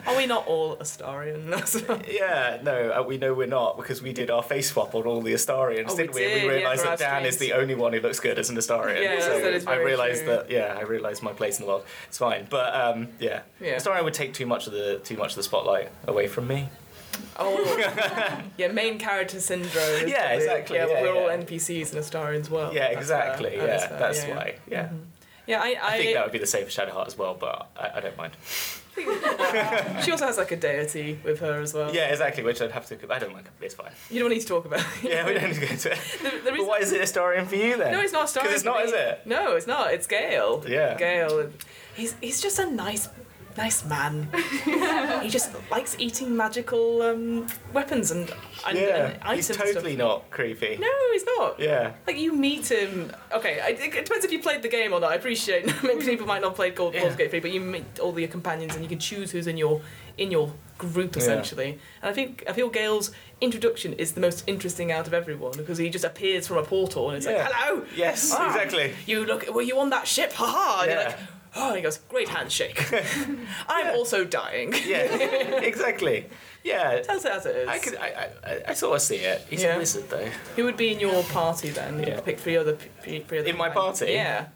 Speaker 2: Are we not all Astarian? That's what-
Speaker 1: Yeah, no. Uh, we know we're not because we did our face swap on all the Astarians,
Speaker 2: Oh, we
Speaker 1: didn't we? And
Speaker 2: did,
Speaker 1: we
Speaker 2: yeah,
Speaker 1: realised
Speaker 2: for
Speaker 1: that
Speaker 2: our
Speaker 1: Dan is
Speaker 2: streams.
Speaker 1: the only one who looks good as an Astarian.
Speaker 2: Yeah,
Speaker 1: so
Speaker 2: that is
Speaker 1: I
Speaker 2: very
Speaker 1: realised
Speaker 2: true.
Speaker 1: that. Yeah, I realised my place in the world. It's fine, but um, yeah.
Speaker 2: Yeah.
Speaker 1: Astarian would take too much of the too much of the spotlight away from me.
Speaker 2: oh, yeah, main character syndrome. is
Speaker 1: Yeah,
Speaker 2: probably-
Speaker 1: exactly,
Speaker 2: Yeah,
Speaker 1: yeah,
Speaker 2: we're all
Speaker 1: yeah.
Speaker 2: NPCs in Astarian's world.
Speaker 1: Yeah,
Speaker 2: Oh, That's
Speaker 1: exactly.
Speaker 2: fair, that is
Speaker 1: yeah,
Speaker 2: fair,
Speaker 1: that's
Speaker 2: yeah, yeah.
Speaker 1: why. Yeah.
Speaker 2: Yeah, I, I,
Speaker 1: I think that would be the same for Shadowheart as well, but I, I don't mind.
Speaker 2: she also has like a deity with her as well.
Speaker 1: Yeah, exactly. Which I'd have to. I don't mind. It's fine.
Speaker 2: you don't need to talk about. it.
Speaker 1: Yeah, we don't need to go into it.
Speaker 2: the, the
Speaker 1: But
Speaker 2: reason,
Speaker 1: why is it Astarian for you then?
Speaker 2: no, it's not Astarian.
Speaker 1: Because it's
Speaker 2: for
Speaker 1: not,
Speaker 2: me.
Speaker 1: is it?
Speaker 2: No, it's not. It's Gale.
Speaker 1: Yeah.
Speaker 2: Gale. He's he's just a nice nice man. he just likes eating magical um, weapons and, and,
Speaker 1: Yeah,
Speaker 2: and items.
Speaker 1: he's
Speaker 2: and
Speaker 1: totally
Speaker 2: stuff.
Speaker 1: not creepy.
Speaker 2: No, he's not.
Speaker 1: Yeah.
Speaker 2: Like you meet him. Okay, I, it, it depends if you played the game or not. I appreciate many people might not play Gold
Speaker 1: Yeah.
Speaker 2: Baldur's Gate 3, but you meet all your companions and you can choose who's in your in your group
Speaker 1: Yeah.
Speaker 2: essentially. And I think I feel Gail's introduction is the most interesting out of everyone because he just appears from a portal and it's
Speaker 1: Yeah.
Speaker 2: like, "Hello."
Speaker 1: Yes,
Speaker 2: Ah,
Speaker 1: exactly.
Speaker 2: You look. Were you on that ship? Ha ha. And you're
Speaker 1: Yeah.
Speaker 2: like, oh. And he goes, "Great handshake." I'm
Speaker 1: Yeah.
Speaker 2: also dying.
Speaker 1: Yeah, exactly. Yeah,
Speaker 2: That's it as it is.
Speaker 1: I could. I, I, I- I sort of see it. He's
Speaker 2: Yeah.
Speaker 1: a wizard, though.
Speaker 2: Who would be in your party then?
Speaker 1: Yeah.
Speaker 2: You'd pick three other p- three, three other
Speaker 1: In my
Speaker 2: companions.
Speaker 1: party?
Speaker 2: Yeah.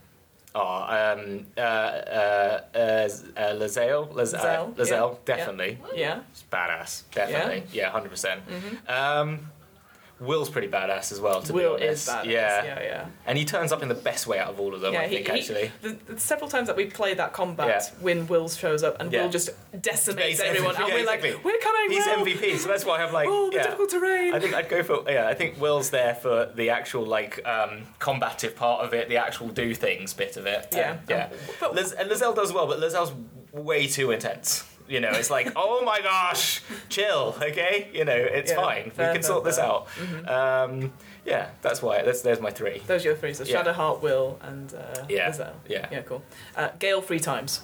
Speaker 1: Oh, um, uh, uh, uh, uh Lazelle, Laz- uh,
Speaker 2: Lazelle, yeah.
Speaker 1: Lazelle,
Speaker 2: Yeah.
Speaker 1: definitely.
Speaker 2: Yeah.
Speaker 1: It's badass, definitely. Yeah, 100 percent. Um, Will's pretty badass as well. To
Speaker 2: Mm-hmm. Will
Speaker 1: be honest,
Speaker 2: is badass.
Speaker 1: Yeah.
Speaker 2: yeah, yeah.
Speaker 1: and he turns up in the best way out of all of them.
Speaker 2: Yeah,
Speaker 1: I
Speaker 2: he-
Speaker 1: think
Speaker 2: he-
Speaker 1: actually.
Speaker 2: The, the several times that we played that combat,
Speaker 1: Yeah.
Speaker 2: when Will shows up and
Speaker 1: Yeah.
Speaker 2: Will just decimates
Speaker 1: Decimates
Speaker 2: everyone, and
Speaker 1: everything.
Speaker 2: we're
Speaker 1: Yeah, exactly.
Speaker 2: like, we're coming,
Speaker 1: He's
Speaker 2: Will!
Speaker 1: MVP, so that's why I'm like,
Speaker 2: Oh, the
Speaker 1: yeah.
Speaker 2: difficult terrain!
Speaker 1: I think I'd go for yeah. I think Will's there for the actual like um, combative part of it, the actual do things bit of it. Um,
Speaker 2: Yeah.
Speaker 1: yeah.
Speaker 2: But-
Speaker 1: Liz, and Lizelle does well, but Lizelle's way too intense. You know, it's like, oh my gosh, chill, okay? You know, it's
Speaker 2: Yeah,
Speaker 1: fine.
Speaker 2: fair, Mm-hmm.
Speaker 1: we can sort
Speaker 2: fair,
Speaker 1: this
Speaker 2: fair.
Speaker 1: out. Um, yeah, that's why. That's, there's my three.
Speaker 2: Those are your three, so
Speaker 1: Yeah.
Speaker 2: Shadowheart, Will, and uh,
Speaker 1: Yeah.
Speaker 2: Lizelle.
Speaker 1: Yeah.
Speaker 2: yeah, cool. Uh, Gale three times.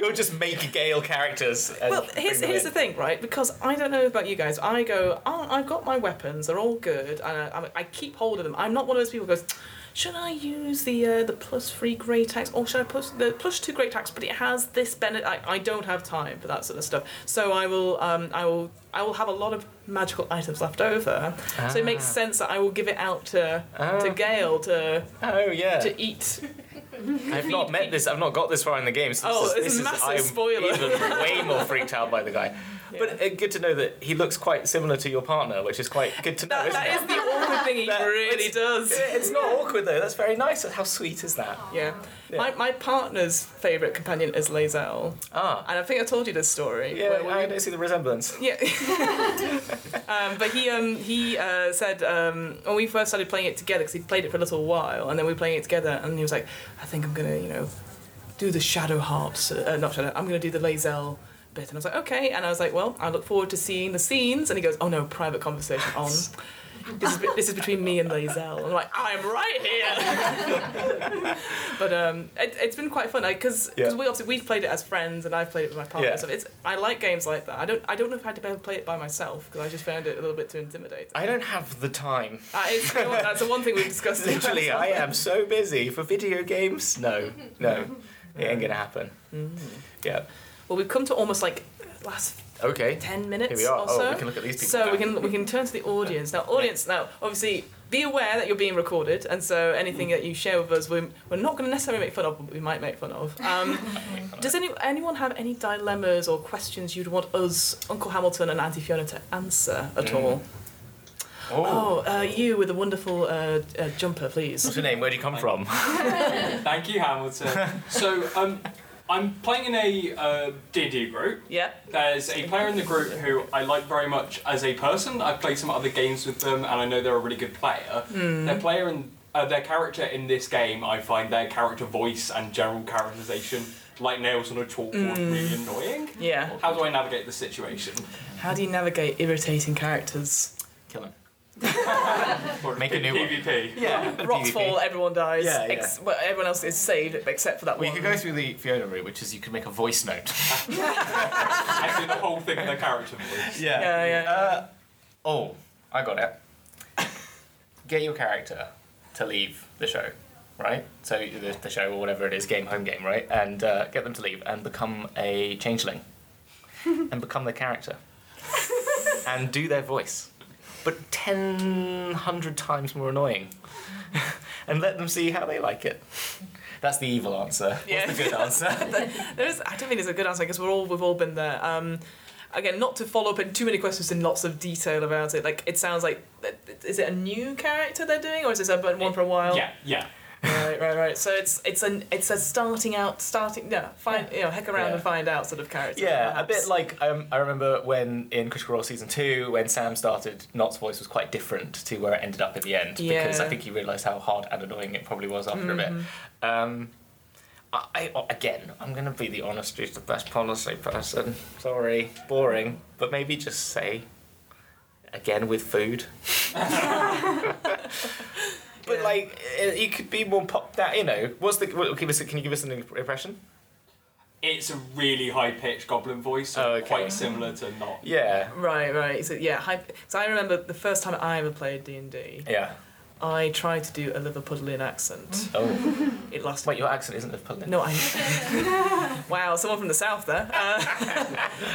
Speaker 1: You'll just make Gale characters. And
Speaker 2: Well, here's, here's the thing, right? Because I don't know about you guys. I go, oh, I've got my weapons. They're all good. And I, I, I keep hold of them. I'm not one of those people who goes, should I use the uh, the plus three great axe or should I push the plus two great axe? But it has this benefit. I, I don't have time for that sort of stuff. So I will um, I will I will have a lot of magical items left over. So it makes
Speaker 1: Ah.
Speaker 2: sense that I will give it out to
Speaker 1: Oh.
Speaker 2: to Gale to
Speaker 1: Oh yeah,
Speaker 2: to eat.
Speaker 1: I've not met this. I've not got this far in the game. So
Speaker 2: Oh,
Speaker 1: this is, this
Speaker 2: it's a
Speaker 1: is-
Speaker 2: massive
Speaker 1: I'm
Speaker 2: spoiler.
Speaker 1: Even way more freaked out by the guy. But uh, good to know that he looks quite similar to your partner, which is quite good to know.
Speaker 2: That,
Speaker 1: isn't
Speaker 2: that
Speaker 1: it?
Speaker 2: is the awkward thing he
Speaker 1: That-
Speaker 2: really
Speaker 1: it's-
Speaker 2: does.
Speaker 1: It's not awkward though. That's very nice. How sweet is that?
Speaker 2: Yeah.
Speaker 1: Yeah.
Speaker 2: My, my partner's favourite companion is Lazelle.
Speaker 1: Ah,
Speaker 2: And I think I told you this story.
Speaker 1: yeah.
Speaker 2: where we-
Speaker 1: I don't see the resemblance.
Speaker 2: yeah. um, but he um, he uh, said um, when we first started playing it together, because he played it for a little while, and then we were playing it together, and he was like, I think I'm going to, you know, do the Shadow Harps. Uh, not Shadow, I'm going to do the Lazelle bit. And I was like, okay. And I was like, well, I look forward to seeing the scenes. And he goes, oh no, private conversation on. This is, be- this is between me and Lazelle. I'm like, I'm right here. but um, it, it's been quite fun because
Speaker 1: Yeah.
Speaker 2: we obviously we've played it as friends and I've played it with my partner.
Speaker 1: Yeah.
Speaker 2: So it's I like games like that. I don't I don't know if I had to be able to play it by myself because I just found it a little bit too intimidating.
Speaker 1: I don't have the time.
Speaker 2: Uh, it's, that's the one thing we've discussed.
Speaker 1: Literally, I am so busy for video games. No, no, it ain't gonna happen. Yeah.
Speaker 2: Well, we've come to almost like last
Speaker 1: Okay.
Speaker 2: ten minutes
Speaker 1: Here we are.
Speaker 2: or so.
Speaker 1: Oh, we can look at these people.
Speaker 2: So
Speaker 1: now.
Speaker 2: we can we can turn to the audience now. Audience now, obviously, be aware that you're being recorded, and so anything that you share with us, we're, we're not going to necessarily make fun of, but we might make fun of. Um, does any, anyone have any dilemmas or questions you'd want us, Uncle Hamilton and Auntie Fiona, to answer
Speaker 1: Mm.
Speaker 2: at all?
Speaker 1: Oh.
Speaker 2: Oh, uh, you with a wonderful uh, uh, jumper, please.
Speaker 1: What's your name? Where'd you come from?
Speaker 3: Thank you, Hamilton. so, um, I'm playing in a uh, D&D group.
Speaker 2: Yeah.
Speaker 3: There's a player in the group who I like very much as a person. I've played some other games with them, and I know they're a really good player.
Speaker 1: Hmm.
Speaker 3: Their player and uh, their character in this game, I find their character voice and general characterization, like nails on a chalkboard, really
Speaker 1: Hmm.
Speaker 3: annoying.
Speaker 2: Yeah.
Speaker 3: How do I navigate the situation?
Speaker 2: How do you navigate irritating characters?
Speaker 1: Kill him.
Speaker 3: Or
Speaker 1: Make a new one.
Speaker 3: PvP.
Speaker 1: Yeah.
Speaker 2: Rocks fall, everyone dies.
Speaker 1: Yeah, yeah.
Speaker 2: Ex- well, everyone else is saved except for that
Speaker 1: Well, you
Speaker 2: one.
Speaker 1: could go through the Fiona route, which is you can make a voice note.
Speaker 3: I do the whole thing in the character voice.
Speaker 2: Yeah, yeah, yeah.
Speaker 1: Uh, oh, I got it. Get your character to leave the show, right? So the, the show or whatever it is, game, home game, right? And uh, get them to leave and become a changeling, and become their character, and do their voice, but ten hundred times more annoying, and let them see how they like it. That's the evil answer.
Speaker 2: Yeah.
Speaker 1: What's the good answer?
Speaker 2: There is. I don't think there's a good answer. I guess we're all we've all been there. Um, again, not to follow up in too many questions in lots of detail about it. Like it sounds like is it a new character they're doing, or is this a but one for a while?
Speaker 3: Yeah, yeah.
Speaker 2: Right, right, right. So it's it's an it's a starting out, starting yeah, find you know heck around
Speaker 1: Yeah.
Speaker 2: and find out sort of character.
Speaker 1: Yeah, a
Speaker 2: perhaps.
Speaker 1: bit like um, I remember when in Critical Role season two, when Sam started, Knott's voice was quite different to where it ended up at the end because
Speaker 2: Yeah. Mm-hmm.
Speaker 1: I think he realised how hard and annoying it probably was after a bit. Um, I, I- again, I'm going to be the honest is the best policy person. Sorry, boring, but maybe just say again with food. but
Speaker 2: Yeah.
Speaker 1: like, it, it could be more pop. That you know, what's the? What, give us. a- Can you give us an imp- impression?
Speaker 3: It's a really high pitched goblin voice, so
Speaker 1: Oh, okay.
Speaker 3: quite similar to not.
Speaker 1: Yeah,
Speaker 2: Right, right. So yeah, hy- so I remember the first time I ever played D and D,
Speaker 1: yeah.
Speaker 2: I tried to do a Liverpudlian accent.
Speaker 1: Oh,
Speaker 2: It lasted.
Speaker 1: wait, your accent isn't Liverpoolian.
Speaker 2: No, I. wow, someone from the south there. Uh,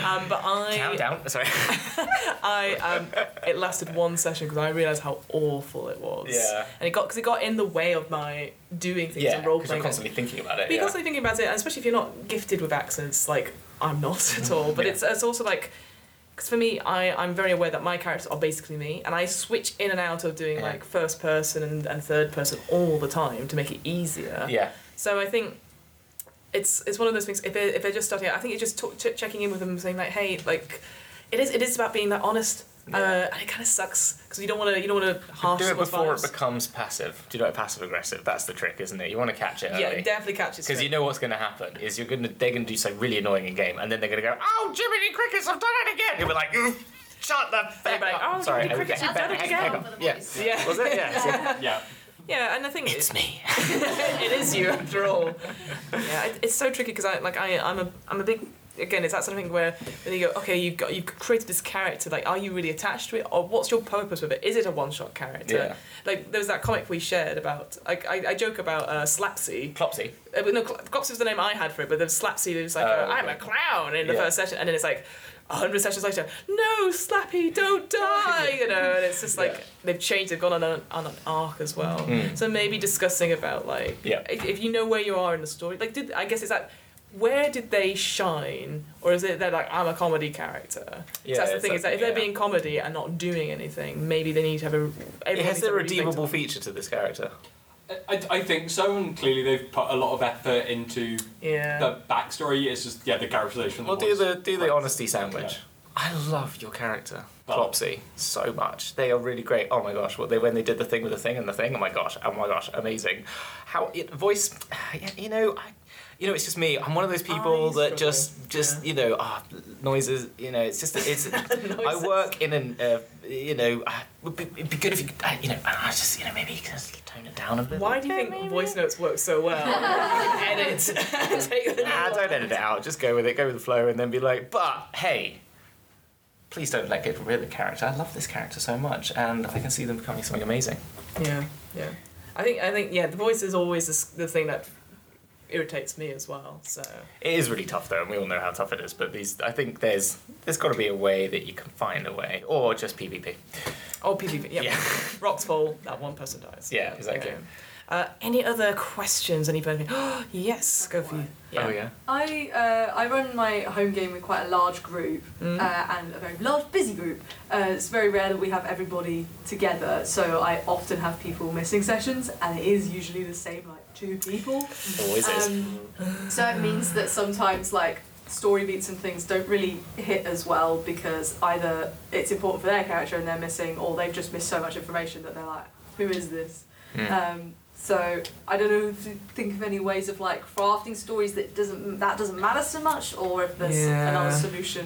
Speaker 2: um, but I,
Speaker 1: Calm down. Sorry.
Speaker 2: I, um, it lasted one session because I realised how awful it was.
Speaker 1: Yeah.
Speaker 2: And it got because it got in the way of my doing things
Speaker 1: yeah,
Speaker 2: and role
Speaker 1: because you're
Speaker 2: playing.
Speaker 1: constantly thinking about it.
Speaker 2: But you're
Speaker 1: yeah.
Speaker 2: constantly thinking about it, and especially if you're not gifted with accents, like I'm not at all. But
Speaker 1: Yeah.
Speaker 2: it's it's also like. Because for me, I, I'm very aware that my characters are basically me, and I switch in and out of doing
Speaker 1: Yeah.
Speaker 2: like first person and, and third person all the time to make it easier.
Speaker 1: Yeah,
Speaker 2: So I think it's it's one of those things. If they're, if they're just starting out, I think it's just talk, ch- checking in with them, saying like, hey, like, it is it is about being that honest,
Speaker 1: Yeah.
Speaker 2: uh, and it kind of sucks because you don't want to you don't want to half
Speaker 1: do it
Speaker 2: someone's
Speaker 1: before
Speaker 2: vibes.
Speaker 1: it becomes passive. Do you know passive aggressive? That's the trick, isn't it? You want to catch it
Speaker 2: yeah,
Speaker 1: early.
Speaker 2: it definitely catches.
Speaker 1: Because you
Speaker 2: straight.
Speaker 1: know what's going to happen is you're going to they're going to do something really annoying in game, and then they're going to go, "Oh, Jiminy Crickets, I've done it again!" You'll be like, "You shut the fuck
Speaker 2: Everybody,
Speaker 1: up!"
Speaker 2: "Oh,
Speaker 1: Sorry,
Speaker 2: Jiminy
Speaker 1: I-
Speaker 2: Crickets,
Speaker 1: I-
Speaker 2: I've done it
Speaker 1: I- I-
Speaker 2: again."
Speaker 1: I- I- Yeah.
Speaker 2: Yeah.
Speaker 1: Was it? Yeah.
Speaker 3: Yeah.
Speaker 2: yeah, and I think
Speaker 1: it's me.
Speaker 2: it is you after all. Yeah, it, it's so tricky because I like I I'm a I'm a big again it's that sort of thing where when you go okay you've got you've created this character like are you really attached to it or what's your purpose with it is it a one shot character
Speaker 1: Yeah.
Speaker 2: like there was that comic we shared about like I, I joke about uh, Slapsy
Speaker 1: Clopsy.
Speaker 2: uh, no, Cl- Clops was the name I had for it, but the Slapsy was like,
Speaker 1: Oh,
Speaker 2: uh, I'm
Speaker 1: okay.
Speaker 2: a clown in the
Speaker 1: Yeah.
Speaker 2: first session, and then it's like, a hundred sessions later, no, Slappy, don't die, you know, and it's just like
Speaker 1: Yeah. Hmm.
Speaker 2: they've changed, they've gone on an, on an arc as well. So maybe discussing about like,
Speaker 1: Yeah.
Speaker 2: if, if you know where you are in the story, like, did I guess it's that. Where did they shine, or is it they're like I'm a comedy character?
Speaker 1: Yeah,
Speaker 2: so that's the
Speaker 1: it's
Speaker 2: thing
Speaker 1: that-
Speaker 2: is that if they're
Speaker 1: yeah.
Speaker 2: being comedy and not doing anything, maybe they need to have a. everyone
Speaker 1: It
Speaker 2: needs
Speaker 1: has
Speaker 2: to
Speaker 1: a
Speaker 2: have a rethink to
Speaker 1: redeemable feature to this character.
Speaker 3: I, I think so, and clearly they've put a lot of effort into
Speaker 2: Yeah.
Speaker 3: the backstory. It's just, yeah, the characterization.
Speaker 1: Well,
Speaker 3: of the
Speaker 1: do
Speaker 3: voice.
Speaker 1: the do the honesty sandwich.
Speaker 3: Yeah.
Speaker 1: I love your character,
Speaker 3: Oh.
Speaker 1: Clopsy, so much. They are really great. Oh my gosh, what they when they did the thing with the thing and the thing. Oh my gosh, oh my gosh, amazing. How it voice, you know, I, you know, it's just me. I'm one of those people
Speaker 2: I
Speaker 1: that
Speaker 2: struggle,
Speaker 1: just just you know ah noises. You know, it's just it's. I
Speaker 2: Noises.
Speaker 1: work in an uh, you know. Uh, would be, it'd be good if you could, uh, you know. I just you know maybe you could just tone it down a bit.
Speaker 2: Why do you think voice notes work so well? Edit. Take the
Speaker 1: Nah, don't edit it out. Just go with it. Go with the flow, and then be like, "But hey, please don't let go of the character. I love this character so much, and I can see them becoming something amazing."
Speaker 2: Yeah, yeah. I think I think yeah, the voice is always this, the thing that irritates me as well. So
Speaker 1: It is really tough, though, and we all know how tough it is. But these, I think there's there's got to be a way that you can find a way, or just PvP.
Speaker 2: oh PvP, yeah.
Speaker 1: Yeah.
Speaker 2: Rocks fall, that one person dies.
Speaker 1: Yeah, exactly.
Speaker 2: Uh, any other questions? Any anything? yes, go for you.
Speaker 1: Oh yeah.
Speaker 4: I uh, I run my home game with quite a large group uh, and a very large busy group. Uh, it's very rare that we have everybody together, so I often have people missing sessions, and it is usually the same like two people.
Speaker 1: Always is.
Speaker 4: Um, so it means that sometimes like story beats and things don't really hit as well because either it's important for their character and they're missing, or they've just missed so much information that they're like, who is this? Um, so I don't know if you think of any ways of like crafting stories that doesn't that doesn't matter so much, or if there's
Speaker 2: Yeah.
Speaker 4: another solution.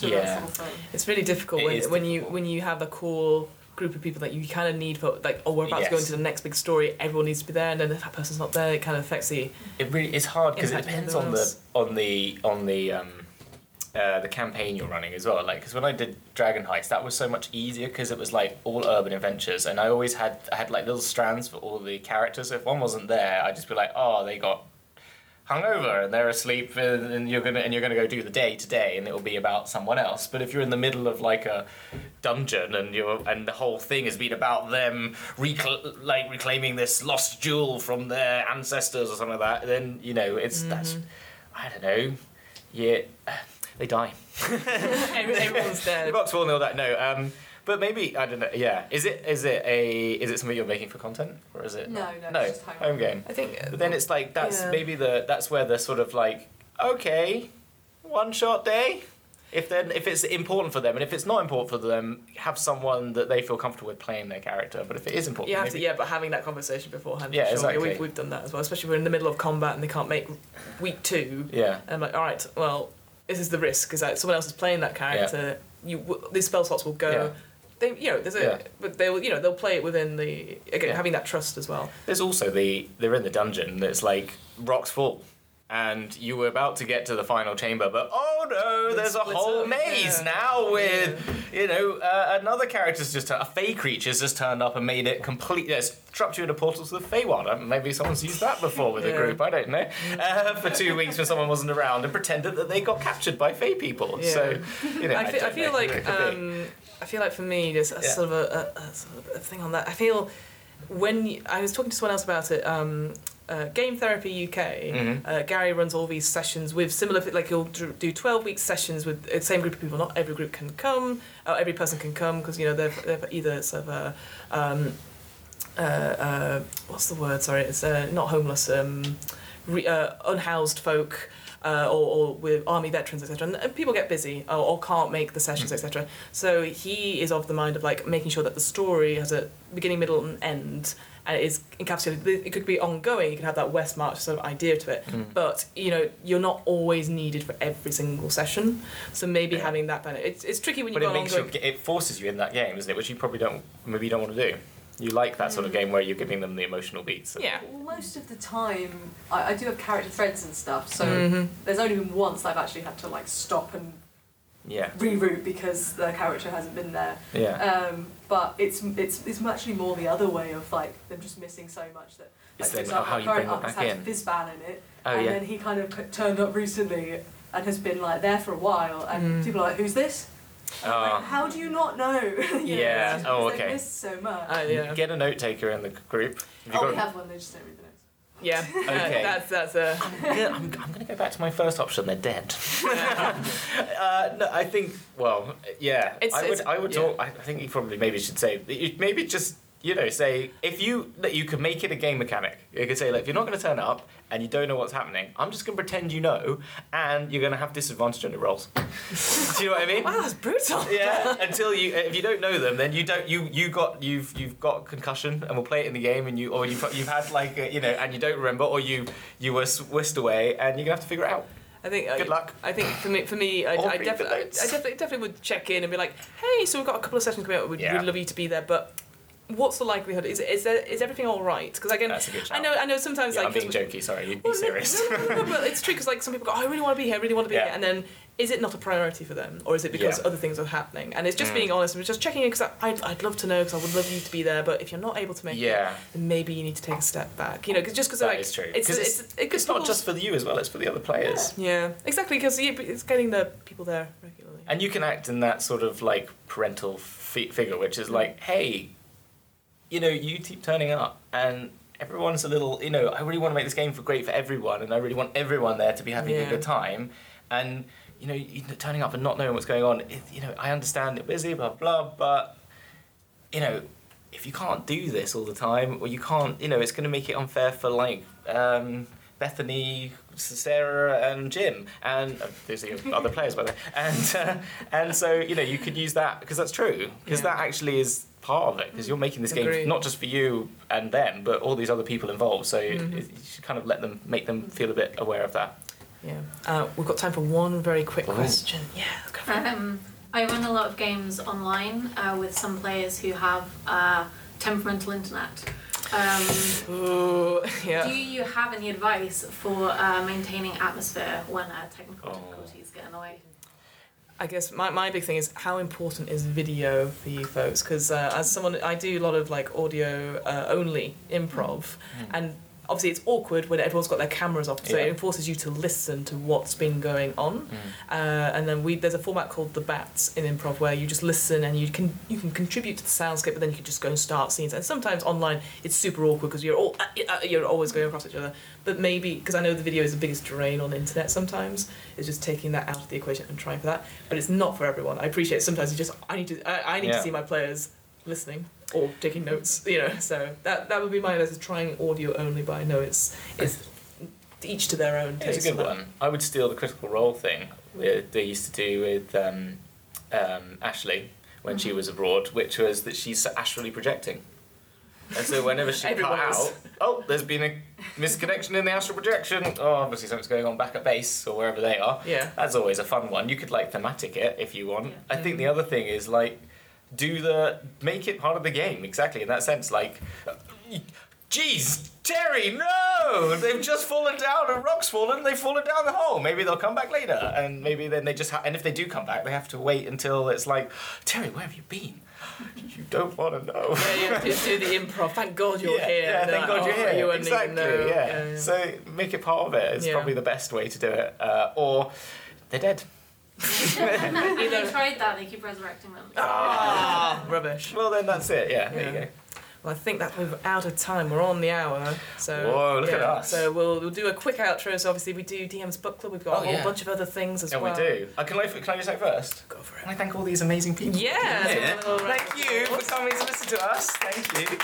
Speaker 4: To
Speaker 1: Yeah.
Speaker 4: that sort of thing.
Speaker 2: It's really difficult
Speaker 1: It
Speaker 2: when,
Speaker 1: is
Speaker 2: when
Speaker 1: difficult.
Speaker 2: you when you have a core group of people that you kind of need for like oh we're about to go
Speaker 1: Yes.
Speaker 2: into the next big story everyone needs to be there and then if that person's not there it kind of affects the
Speaker 1: It really it's hard because it
Speaker 2: Impact on
Speaker 1: depends on the
Speaker 2: those.
Speaker 1: on the on the um, uh, the campaign you're running as well. Like because when I did Dragon Heist, that was so much easier because it was like all urban adventures, and I always had I had like little strands for all the characters. So if one wasn't there, I'd just be like, oh, they got hungover and they're asleep and, and you're gonna and you're gonna go do the day today and it'll be about someone else but if you're in the middle of like a dungeon and you're and the whole thing has been about them recl- like reclaiming this lost jewel from their ancestors or something like that then you know it's that's
Speaker 4: Mm-hmm.
Speaker 1: I don't know yeah they die
Speaker 2: Every- everyone's there
Speaker 1: box will nil that no um but maybe I don't know yeah is it is it a is it something you're making for content or is it
Speaker 4: No,
Speaker 1: not?
Speaker 4: no,
Speaker 1: no
Speaker 4: it's just home.
Speaker 1: home game
Speaker 2: I think uh,
Speaker 1: but then it's like that's
Speaker 2: Yeah.
Speaker 1: maybe the that's where the sort of like okay, one shot day. If then if it's important for them, and if it's not important for them, have someone that they feel comfortable with playing their character. But if it is important,
Speaker 2: You have to,
Speaker 1: maybe-
Speaker 2: yeah, but having that conversation beforehand.
Speaker 1: Yeah,
Speaker 2: sure.
Speaker 1: exactly.
Speaker 2: We've, we've done that as well, especially if we're in the middle of combat and they can't make week two.
Speaker 1: yeah,
Speaker 2: And I'm like, all right, well, this is the risk is that someone else is playing that character. You w- these spell slots will go.
Speaker 1: Yeah.
Speaker 2: They, you know, there's a,
Speaker 1: Yeah.
Speaker 2: but they'll, you know, they'll play it within the again
Speaker 1: Yeah.
Speaker 2: having that trust as well.
Speaker 1: There's also the they're in the dungeon. That's like rocks full, and you were about to get to the final chamber, but oh no,
Speaker 2: They
Speaker 1: there's a
Speaker 2: split
Speaker 1: whole
Speaker 2: up,
Speaker 1: maze
Speaker 2: yeah.
Speaker 1: now with you know uh, another character's just a fey creature's just turned up and made it complete. Uh, trapped you in a portal to the Feywild. Uh, Maybe someone's used that before with a
Speaker 2: Yeah.
Speaker 1: group. I don't know. Uh, for two weeks when someone wasn't around and pretended that they got captured by fey people.
Speaker 2: Yeah.
Speaker 1: So you know,
Speaker 2: I, feel, I
Speaker 1: don't
Speaker 2: feel
Speaker 1: know who it
Speaker 2: like
Speaker 1: could be.
Speaker 2: um, I feel like for me there's a
Speaker 1: Yeah.
Speaker 2: sort of a, a, a sort of a thing on that. I feel when you, I was talking to someone else about it. Um, uh, Game Therapy UK.
Speaker 1: Mhm.
Speaker 2: Uh, Gary runs all these sessions with similar, like he'll dr- do twelve week sessions with the same group of people. Not every group can come. Uh, every person can come because you know they're, they're either sort of a, um, uh, uh, what's the word? Sorry, it's uh, not homeless. Um, re- uh, unhoused folk uh, or, or with army veterans, etc. And, and people get busy or, or can't make the
Speaker 1: Mm.
Speaker 2: sessions, etc. So he is of the mind of like making sure that the story has a beginning, middle, and end, and it is encapsulated. It could be ongoing. You can have that West March sort of idea to it,
Speaker 1: Mm.
Speaker 2: but you know you're not always needed for every single session. So maybe
Speaker 1: Yeah.
Speaker 2: having that benefit. It's, it's tricky when you've
Speaker 1: But
Speaker 2: got
Speaker 1: it
Speaker 2: an
Speaker 1: makes you,
Speaker 2: ongoing.
Speaker 1: it forces you in that game, isn't it? Which you probably don't, maybe you don't want to do. You like that sort of game where you're giving them the emotional beats. of-
Speaker 2: yeah.
Speaker 4: Well, most of the time, I, I do have character threads and stuff, so
Speaker 2: Mhm.
Speaker 4: there's only been once I've actually had to like stop and
Speaker 1: Yeah.
Speaker 4: reroute because the character hasn't been there.
Speaker 1: Yeah.
Speaker 4: Um, but it's it's it's actually more the other way of like them just missing so much that.
Speaker 1: It's then,
Speaker 4: Like, for example,
Speaker 1: oh, how you
Speaker 4: current
Speaker 1: bring them
Speaker 4: arc's
Speaker 1: back
Speaker 4: had
Speaker 1: in.
Speaker 4: Fizzban in it,
Speaker 1: Oh,
Speaker 4: and
Speaker 1: yeah.
Speaker 4: then he kind of c- turned up recently and has been like there for a while, and
Speaker 2: Mm.
Speaker 4: people are like, "Who's this?" And I'm
Speaker 1: Uh,
Speaker 4: like, How do you not know? You know, it's
Speaker 1: Yeah.
Speaker 4: just
Speaker 1: Oh,
Speaker 4: because
Speaker 1: okay.
Speaker 4: They missed so much.
Speaker 2: Uh, yeah.
Speaker 1: Get a note taker in the group. Have you
Speaker 4: oh, we
Speaker 1: got-
Speaker 4: have one. They just don't read the notes.
Speaker 2: Yeah. Uh,
Speaker 1: Okay.
Speaker 2: that's that's a.
Speaker 1: I'm, gonna- I'm, I'm going to go back to my first option. They're dead. uh, no, I think. Well, yeah.
Speaker 2: It's-
Speaker 1: I would.
Speaker 2: it's-
Speaker 1: I would
Speaker 2: yeah.
Speaker 1: talk. I I think you probably maybe should say. that you- Maybe just you know say if you that you could make it a game mechanic. You could say like if you're not going to turn up and you don't know what's happening, I'm just going to pretend you know, and you're going to have disadvantage on the rolls. Do you know what I mean?
Speaker 2: Wow, Ah, that's brutal.
Speaker 1: yeah until you if you don't know them then you don't you you got you've you've got concussion and we'll play it in the game and you or you've, you've had like a, you know and you don't remember or you you were whisked away and you're gonna have to figure it out
Speaker 2: I think. uh,
Speaker 1: Good luck.
Speaker 2: I think for me, for me, I,
Speaker 1: Or
Speaker 2: I,
Speaker 1: read the
Speaker 2: defi- I, I
Speaker 1: notes.
Speaker 2: definitely, definitely would check in and be like, "Hey, so we've got a couple of sessions coming up. We'd
Speaker 1: Yeah.
Speaker 2: really love you to be there, but what's the likelihood? Is is, there, is everything all right? Because again,
Speaker 1: That's a good
Speaker 2: I
Speaker 1: shout.
Speaker 2: know, I know. Sometimes
Speaker 1: yeah,
Speaker 2: like
Speaker 1: I'm being
Speaker 2: 'cause
Speaker 1: jokey sorry you'd be
Speaker 2: we- Well, no,
Speaker 1: serious
Speaker 2: no, no, no, no, but it's true because like some people go, "Oh, I really want to be here. I really want to be
Speaker 1: Yeah.
Speaker 2: here," and then is it not a priority for them, or is it because
Speaker 1: Yeah.
Speaker 2: other things are happening? And it's just
Speaker 1: Mm.
Speaker 2: being honest and just checking in because I'd, I'd love to know because I would love you to be there, but if you're not able to make it,
Speaker 1: yeah
Speaker 2: then maybe you need to take a step back. You know, 'cause just because
Speaker 1: That
Speaker 2: like
Speaker 1: is true.
Speaker 2: it's
Speaker 1: 'Cause
Speaker 2: it's, it could
Speaker 1: it's not
Speaker 2: people's-
Speaker 1: just for you as well it's for the other players
Speaker 2: yeah, exactly. Because it's getting the people there regularly.
Speaker 1: and you can act in that sort of like parental fi- figure which is like hey you know you keep turning up and everyone's a little you know i really want to make this game for great for everyone and i really want everyone there to be having a
Speaker 2: Yeah.
Speaker 1: good time and you know you- turning up and not knowing what's going on it, you know i understand you're busy blah blah but you know if you can't do this all the time or you can't you know it's going to make it unfair for like um, bethany sarah and jim and uh, those are your other players by the way and uh, and so you know you could use that because that's true because
Speaker 2: Yeah.
Speaker 1: that actually is part of it because you're making this
Speaker 2: Agreed.
Speaker 1: game not just for you and them but all these other people involved so it-
Speaker 2: Mhm.
Speaker 1: it, you should kind of let them make them feel a bit aware of that
Speaker 2: Yeah. Uh, we've got time for one very quick
Speaker 1: Ooh.
Speaker 2: question. Yeah. let's go for it.
Speaker 5: Um, I run a lot of games online uh, with some players who have uh, temperamental internet. Um,
Speaker 2: Ooh,
Speaker 5: Do
Speaker 2: yeah.
Speaker 5: you have any advice for uh, maintaining atmosphere when uh, technical
Speaker 1: Oh.
Speaker 5: difficulties get in the way?
Speaker 2: I guess my, my big thing is how important is video for you folks? Because uh, as someone, I do a lot of like audio uh, only improv, and obviously it's awkward when everyone's got their cameras off, so
Speaker 1: Yeah.
Speaker 2: it forces you to listen to what's been going on. Uh, and then we there's a format called the bats in improv where you just listen and you can you can contribute to the soundscape, but then you can just go and start scenes. And sometimes online it's super awkward because you're all uh, uh, you're always going across each other. But maybe because I know the video is the biggest drain on the internet sometimes is just taking that out of the equation and trying for that. But it's not for everyone. I appreciate sometimes you just I need to I, I need
Speaker 1: Yeah.
Speaker 2: to see my players listening or taking notes. You know, so that that would be my advice: is trying audio only. But I know it's it's each to their own.
Speaker 1: It's
Speaker 2: taste
Speaker 1: a good
Speaker 2: on that.
Speaker 1: one. I would steal the critical role thing that they used to do with um, um, Ashley when she was abroad, which was that she's astrally projecting. And so whenever she cut
Speaker 2: Everyone
Speaker 1: out,
Speaker 2: is.
Speaker 1: oh, there's been a misconnection in the astral projection. Oh, obviously something's going on back at base or wherever they are.
Speaker 2: Yeah.
Speaker 1: That's always a fun one. You could like thematic it if you want.
Speaker 5: Yeah.
Speaker 1: I think the other thing is like do the make it part of the game exactly in that sense. Like, geez, Terry, no, they've just fallen down. A rock's fallen. They've fallen down the hole. Maybe they'll come back later, and maybe then they just ha- and if they do come back, they have to wait until it's like, Terry, where have you been? You don't want to know.
Speaker 2: Yeah, yeah, do, do the improv. Thank God you're
Speaker 1: Yeah,
Speaker 2: here.
Speaker 1: yeah,
Speaker 2: And
Speaker 1: thank
Speaker 2: they're
Speaker 1: God you're
Speaker 2: like, "Oh,
Speaker 1: here.
Speaker 2: You wouldn't even
Speaker 1: exactly.
Speaker 2: know."
Speaker 1: yeah.
Speaker 2: yeah.
Speaker 1: So make it part of it. It's
Speaker 2: Yeah.
Speaker 1: probably the best way to do it. Uh, or they're dead.
Speaker 5: they tried that, they keep resurrecting them.
Speaker 2: Ah, rubbish.
Speaker 1: Well, then that's it. Yeah. There you
Speaker 2: Yeah.
Speaker 1: go.
Speaker 2: Well, I think that we're out of time. We're on the hour, so
Speaker 1: Whoa, look at
Speaker 2: yeah,
Speaker 1: us.
Speaker 2: So we'll, we'll do a quick outro. So obviously we do DM's book club. We've got
Speaker 1: Oh,
Speaker 2: a whole
Speaker 1: yeah.
Speaker 2: bunch of other things as
Speaker 1: Yeah,
Speaker 2: well.
Speaker 1: we do. Uh, can I can I do something first?
Speaker 2: Go for it.
Speaker 1: Can I thank all these amazing people?
Speaker 2: Yeah,
Speaker 1: Yeah.
Speaker 2: let's give them a little round
Speaker 1: Thank you for coming to listen to us. Thank you.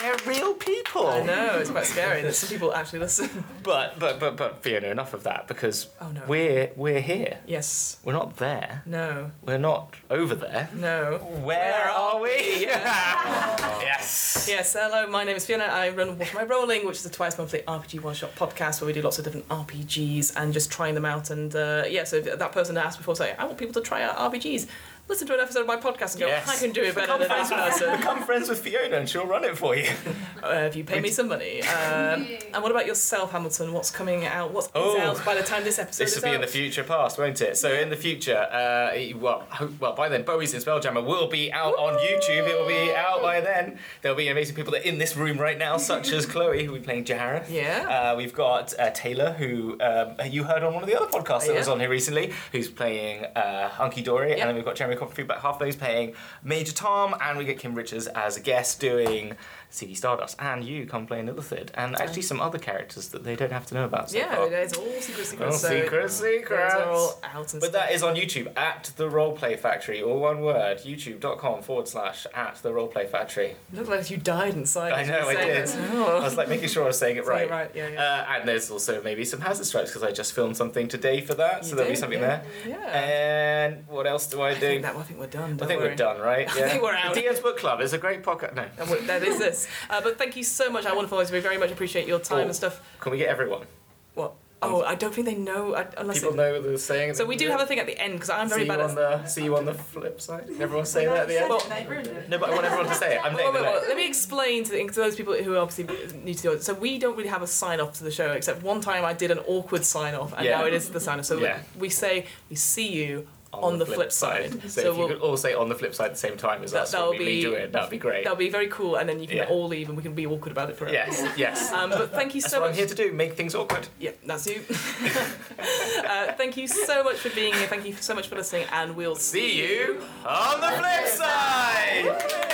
Speaker 1: They're real people.
Speaker 2: I know it's quite scary that some people actually listen.
Speaker 1: But but but but Fiona, enough of that because
Speaker 2: Oh, no.
Speaker 1: we're we're here.
Speaker 2: Yes.
Speaker 1: We're not there.
Speaker 2: No.
Speaker 1: We're not over there.
Speaker 2: No.
Speaker 1: Where,
Speaker 2: are
Speaker 1: are we?
Speaker 2: we?
Speaker 1: yes.
Speaker 2: Yes, hello, my name is Fiona. I run What Am I Rolling, which is a twice monthly RPG one shot podcast where we do lots of different RPGs and just trying them out. And uh, yeah, so that person that asked before saying, I want people to try out RPGs. Listen to an episode of my podcast and go,
Speaker 1: Yes.
Speaker 2: I can do it better than this person
Speaker 1: Become friends with Fiona and she'll run it for you.
Speaker 2: uh, if you pay me some money. Um, and what about yourself, Hamilton? What's coming out? What's
Speaker 1: Oh.
Speaker 2: out by the time this episode
Speaker 1: this
Speaker 2: is
Speaker 1: will be in
Speaker 2: out?
Speaker 1: the future past, won't it? So in the future, uh, well, ho- well, by then, Bowie's and Spelljammer will be out on YouTube. It will be out by then. There'll be amazing people that are in this room right now, such as Chloe, who will be playing Jahareth.
Speaker 2: Yeah.
Speaker 1: Uh, we've got uh, Taylor, who um, you heard on one of the other podcasts that
Speaker 2: Oh, Yeah.
Speaker 1: was on here recently, who's playing uh, Hunky Dory.
Speaker 2: Yeah.
Speaker 1: And then we've got Jeremy Copperfield back half those playing Major Tom. And we get Kim Richards as a guest doing CD Stardust. And you come play Illithid. And actually some other characters that they don't have to know about so
Speaker 2: yeah,
Speaker 1: far.
Speaker 2: it's all secret, secret.
Speaker 1: Oh,
Speaker 2: so
Speaker 1: secret,
Speaker 2: those
Speaker 1: secret.
Speaker 2: are all out and
Speaker 1: But
Speaker 2: stuff.
Speaker 1: that is on YouTube at the Roleplay Factory, all one word, youtube.com forward slash at the Roleplay Factory.
Speaker 2: Looked like you died inside.
Speaker 1: I
Speaker 2: as you
Speaker 1: know, I
Speaker 2: said
Speaker 1: did.
Speaker 2: this.
Speaker 1: I was like making sure I was saying it right.
Speaker 2: Saying it right, yeah, yeah.
Speaker 1: Uh, and there's also maybe some hazard stripes because I just filmed something today for that, so
Speaker 2: You
Speaker 1: there'll be
Speaker 2: did,
Speaker 1: something
Speaker 2: yeah.
Speaker 1: there.
Speaker 2: Yeah.
Speaker 1: And what else do I
Speaker 2: I
Speaker 1: do?
Speaker 2: think, that, I think we're done.
Speaker 1: I
Speaker 2: don't
Speaker 1: think
Speaker 2: worry.
Speaker 1: we're done, right?
Speaker 2: I think we're out.
Speaker 1: The Diaz Book Club is a great pocket. No.
Speaker 2: And what- that is this. Uh, but thank you so much, our wonderful audience. We very much appreciate your time
Speaker 1: Oh.
Speaker 2: and stuff.
Speaker 1: Can we get everyone?
Speaker 2: What? Oh, I don't think they know I, unless.
Speaker 1: People
Speaker 2: it-
Speaker 1: know the saying.
Speaker 2: So we do have a thing at the end because I'm very
Speaker 1: see you
Speaker 2: bad
Speaker 1: on
Speaker 2: at.
Speaker 1: the see you on the flip side. Can Everyone say that at the end.
Speaker 2: Well-
Speaker 4: They ruined it.
Speaker 1: No, but I want everyone to say it. I'm
Speaker 2: Wait,
Speaker 1: naming
Speaker 2: wait,
Speaker 1: it.
Speaker 2: wait. Let me explain to, the, to those people who are obviously new to the audience. So we don't really have a sign off to the show, except one time I did an awkward sign off, and
Speaker 1: Yeah.
Speaker 2: now it is the sign off. So
Speaker 1: Yeah.
Speaker 2: we say we see you on, the, flip, side.
Speaker 1: So, if you
Speaker 2: we'll-
Speaker 1: could all say on the flip side at the same time as
Speaker 2: That-
Speaker 1: us,
Speaker 2: that'll
Speaker 1: would be, me
Speaker 2: be-
Speaker 1: doing it. That'd be great.
Speaker 2: that'll be very cool, and then you can
Speaker 1: Yeah.
Speaker 2: all leave, and we can be awkward about it forever.
Speaker 1: yes, yes.
Speaker 2: Um, but thank you
Speaker 1: That's
Speaker 2: so
Speaker 1: what
Speaker 2: much.
Speaker 1: I'm here to do. Make things awkward.
Speaker 2: Yeah, that's you. uh, thank you so much for being here. Thank you so much for listening, and we'll see
Speaker 1: See you on the flip side.